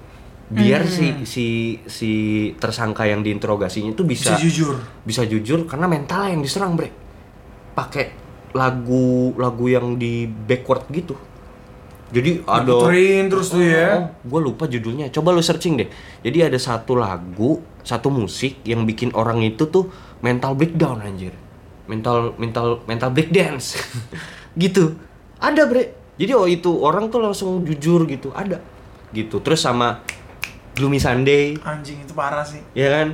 biar si si si tersangka yang diinterogasinya tuh bisa Bisa jujur. bisa jujur karena mentalnya yang diserang bre pakai lagu lagu yang di backward gitu jadi ada Diputerin terus tuh ya. gue lupa judulnya coba lu searching deh jadi ada satu lagu satu musik yang bikin orang itu tuh mental breakdown anjir mental mental mental breakdance gitu ada bre jadi oh itu orang tuh langsung jujur gitu ada gitu terus sama Gloomy Sunday anjing itu parah sih ya kan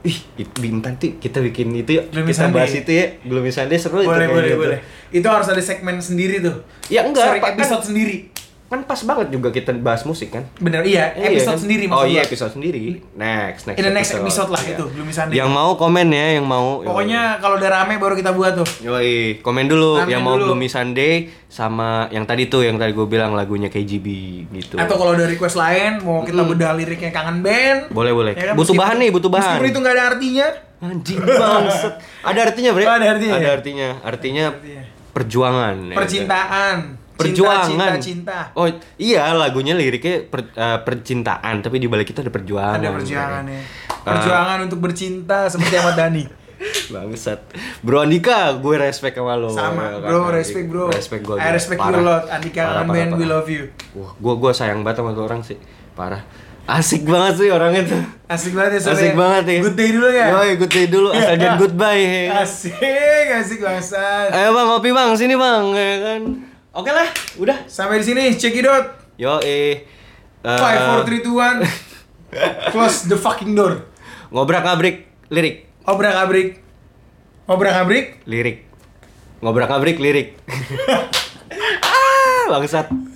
ih it- bintan tuh kita bikin itu ya Gloomy kita Sunday. bahas itu ya Gloomy Sunday seru itu boleh kayak boleh gitu. boleh itu harus ada segmen sendiri tuh Ya, enggak, Sorry, Pak, kan- episode sendiri kan pas banget juga kita bahas musik kan Bener iya, Iya, episode kan? sendiri Oh maksud iya gua. episode sendiri. Next next. In the next episode lah Iya. itu, Gloomy Sunday. Yang mau komen ya, yang mau. Pokoknya kalau udah rame baru kita buat tuh. Yoi, komen dulu Komen yang mau dulu. Gloomy Sunday sama yang tadi tuh yang tadi gue bilang lagunya KGB gitu. Atau kalau ada request lain mau kita bedah liriknya kangen band. Boleh, boleh. Ya kan? Butuh bahan nih, butuh bahan. Meskipun itu nggak ada artinya. Anjing bangset. Ada artinya, Bre? Oh, ada artinya Ada ya? artinya. Artinya artinya. perjuangan. ya kan? Percintaan. Cinta, cinta, Perjuangan. cinta. Oh, iya lagunya liriknya per- eh, percintaan, tapi di balik itu ada perjuangan. Ada perjuangan ya. Perjuangan untuk bercinta seperti Ahmad Dhani. Bangsat. Bro Andika, gue respect sama lo. Ya Sama, kan? bro, respect bro. Respect gue. I juga. respect you Parah. a lot. Andika Parah, kangen parah, band, we parah. love you. Wah, gue gua sayang banget sama tuh orang sih. Parah. Asik banget sih orangnya tuh. Asik banget ya Sob, Asik ya? banget ya. Good day dulu ya. Yoi, good day dulu. Asal jangan goodbye. ya kan? Asik, asik bangsat. Ayo bang, ngopi bang, sini bang, ya kan. Oke lah, udah. Sampai di sini, cekidot. Yo eh. Five, four, three, two, one. Close the fucking door. Ngobrak ngabrik lirik, Obrak abrik. Obrak abrik. lirik. Ngobrak ngabrik lirik. ah, bangsat.